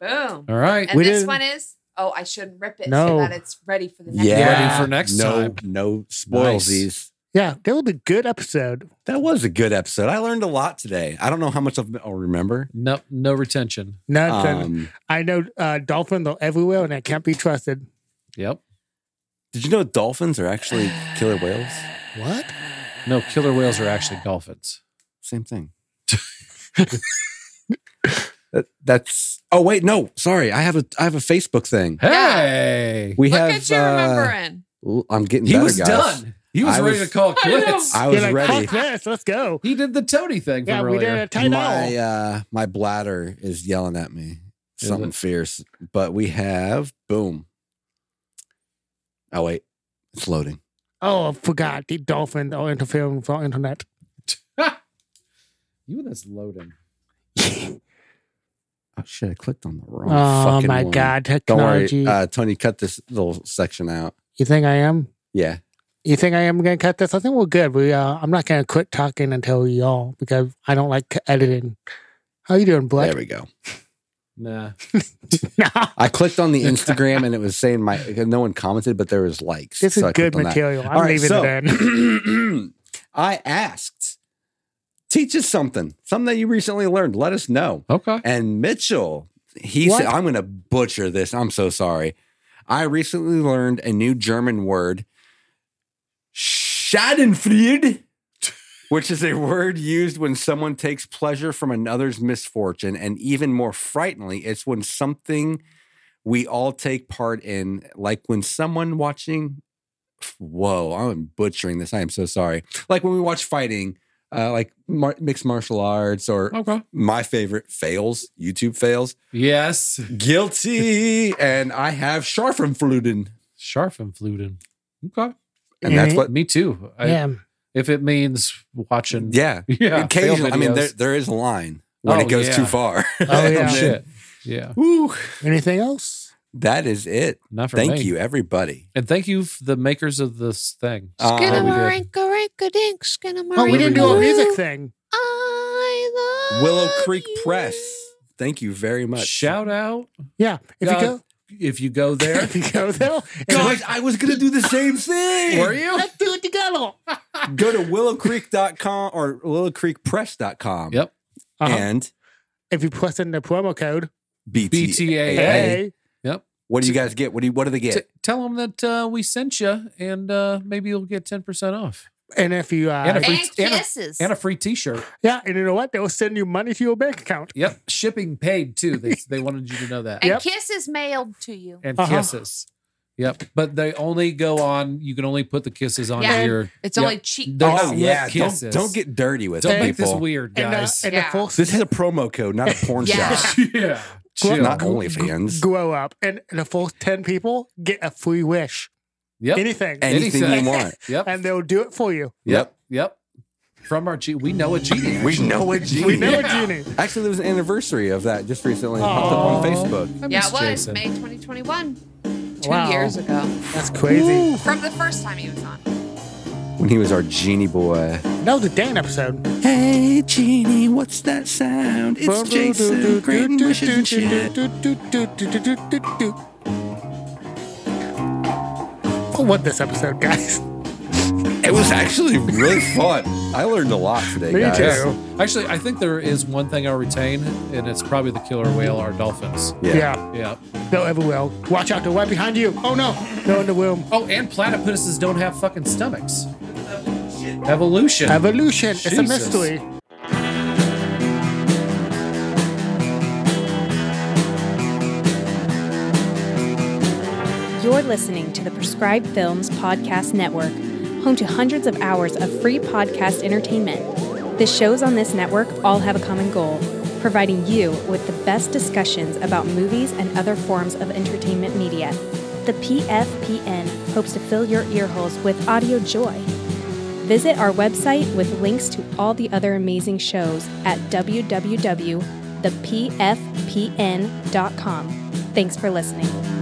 Boom. All right. And We this didn't- one is oh, I shouldn't rip it so No. that it's ready for the next Yeah. one. Ready for next no, time. no spoilsies. Yeah, that would be a good episode. That was a good episode. I learned a lot today. I don't know how much of it I'll remember. No, no retention. Nothing. Um, I know uh, dolphins are everywhere and they can't be trusted. Yep. did you know dolphins are actually killer whales? *sighs* What? No, killer whales are actually dolphins. Same thing. That- that's. Oh wait, no. Sorry, I have a I have a Facebook thing. Hey, We Look have. at you uh, remembering. l- I'm getting. he better, was guys. done. He was I ready was- to call I know. quits. I was You're like, ready. Fuck this, let's go. He did the Tony thing yeah, from we earlier. did a tight my uh, my bladder is yelling at me. Is Something it? fierce. But we have boom. Oh wait, it's loading. Oh, I forgot. The dolphins are interfering with our *laughs* internet. you and this loading. Oh shit! I clicked on the wrong. Oh fucking my one. God, Don't worry, technology. uh, Tony. Cut this little section out. you think I am? Yeah, You think I am going to cut this? I think we're good. We, uh, I'm not going to quit talking until y'all because I don't like editing. How you doing, there Blake? we go. Nah. *laughs* Nah, I clicked on the Instagram and it was saying my *laughs* no one commented, but there was likes. this so I is good clicked on that. material. I'm All right, leaving so it in. *clears throat* I asked, teach us something, something that you recently learned. Let us know. Okay. And Mitchell, he What? said, I'm going to butcher this. I'm so sorry. I recently learned a new German word, Schadenfreude, which is a word used when someone takes pleasure from another's misfortune. And even more frighteningly, it's when something we all take part in, like when someone watching, whoa, I'm butchering this. I am so sorry. Like when we watch fighting, uh, like mar- mixed martial arts or Okay. my favorite fails, YouTube fails. Yes. Guilty. and I have Scharfenfluten. Scharfenfluten. Okay. *laughs* And that's what, Me too. I, yeah. If it means watching. yeah. *laughs* Yeah. fail Occasionally, I mean, videos. there, there is a line when Oh, it goes *laughs* yeah. *laughs* too far. Oh, yeah. Shit. Yeah. Woo. Anything else? That is it. Not for Thank me. you, everybody. And thank you, f- the makers of this thing. Um, Skinnamarink-a-rink-a-dink, Oh, we didn't do a Maria. music thing. I love Willow Creek you. Press. Thank you very much. Shout out Yeah. If Uh, you go if you go *laughs* there. *laughs* if you go there, Guys, I was going to do the *laughs* same thing. Were you? let's do it together. Go to willowcreek.com or willowcreekpress.com Yep. Uh-huh. and If you press in the promo code, BTA. BTA. hey, What do you guys get? What do you, what do they T- get? tell them that uh, we sent you, and uh, maybe you'll get ten percent off and if you uh, And if- And Anna- kisses. and a free T-shirt. yeah, and you know what, they'll send you money to your bank account. Yep, shipping paid too. *laughs* They they wanted you to know that. And Yep. kisses mailed to you. And Uh-huh. kisses. Yep, but they only go on. You can only put the kisses on Yeah. your. It's Yep. only cheap. They're oh not yeah, lip don't, kisses. don't get dirty with Don't it, make this people. weird, And, uh, guys. and the Yeah. full This is a promo code, not *laughs* a porn Yeah. shop. yeah, Grow- chill. Not gr- OnlyFans. gr- Grow up, and the first ten people get a free wish, Yep. anything, Anything Anything. you *laughs* want. yep. and they'll do it for you. Yep. Yep. From our G, we know a *laughs* genie. We know a genie. We know Yeah. a genie. Actually, there was an anniversary of that just recently. It popped up on Aw. Facebook. I Yeah, miss it was Jason. May 2021. Two Wow. years ago. That's crazy. Ooh. From the first time he was on. When he was our genie boy. That was a Dan episode. Hey, genie, what's that sound? It's Jason. Great wishes and shit. Oh, what this episode, guys? It was actually really fun. I learned a lot today, Me guys. too. Actually, I think there is one thing I retain, and it's probably the killer whale or dolphins. Yeah. Yeah, Yeah. they're everywhere. Watch out, they're right behind you. Oh no, they're in the room. Oh, and platypuses don't have fucking stomachs. Evolution. Evolution, it's a Jesus. mystery. You're listening to the Prescribed Films Podcast Network, home to hundreds of hours of free podcast entertainment. The shows on this network all have a common goal providing you with the best discussions about movies and other forms of entertainment media. The PFPN hopes to fill your earholes with audio joy. Visit our website with links to all the other amazing shows at www.thepfpn.com. Thanks for listening.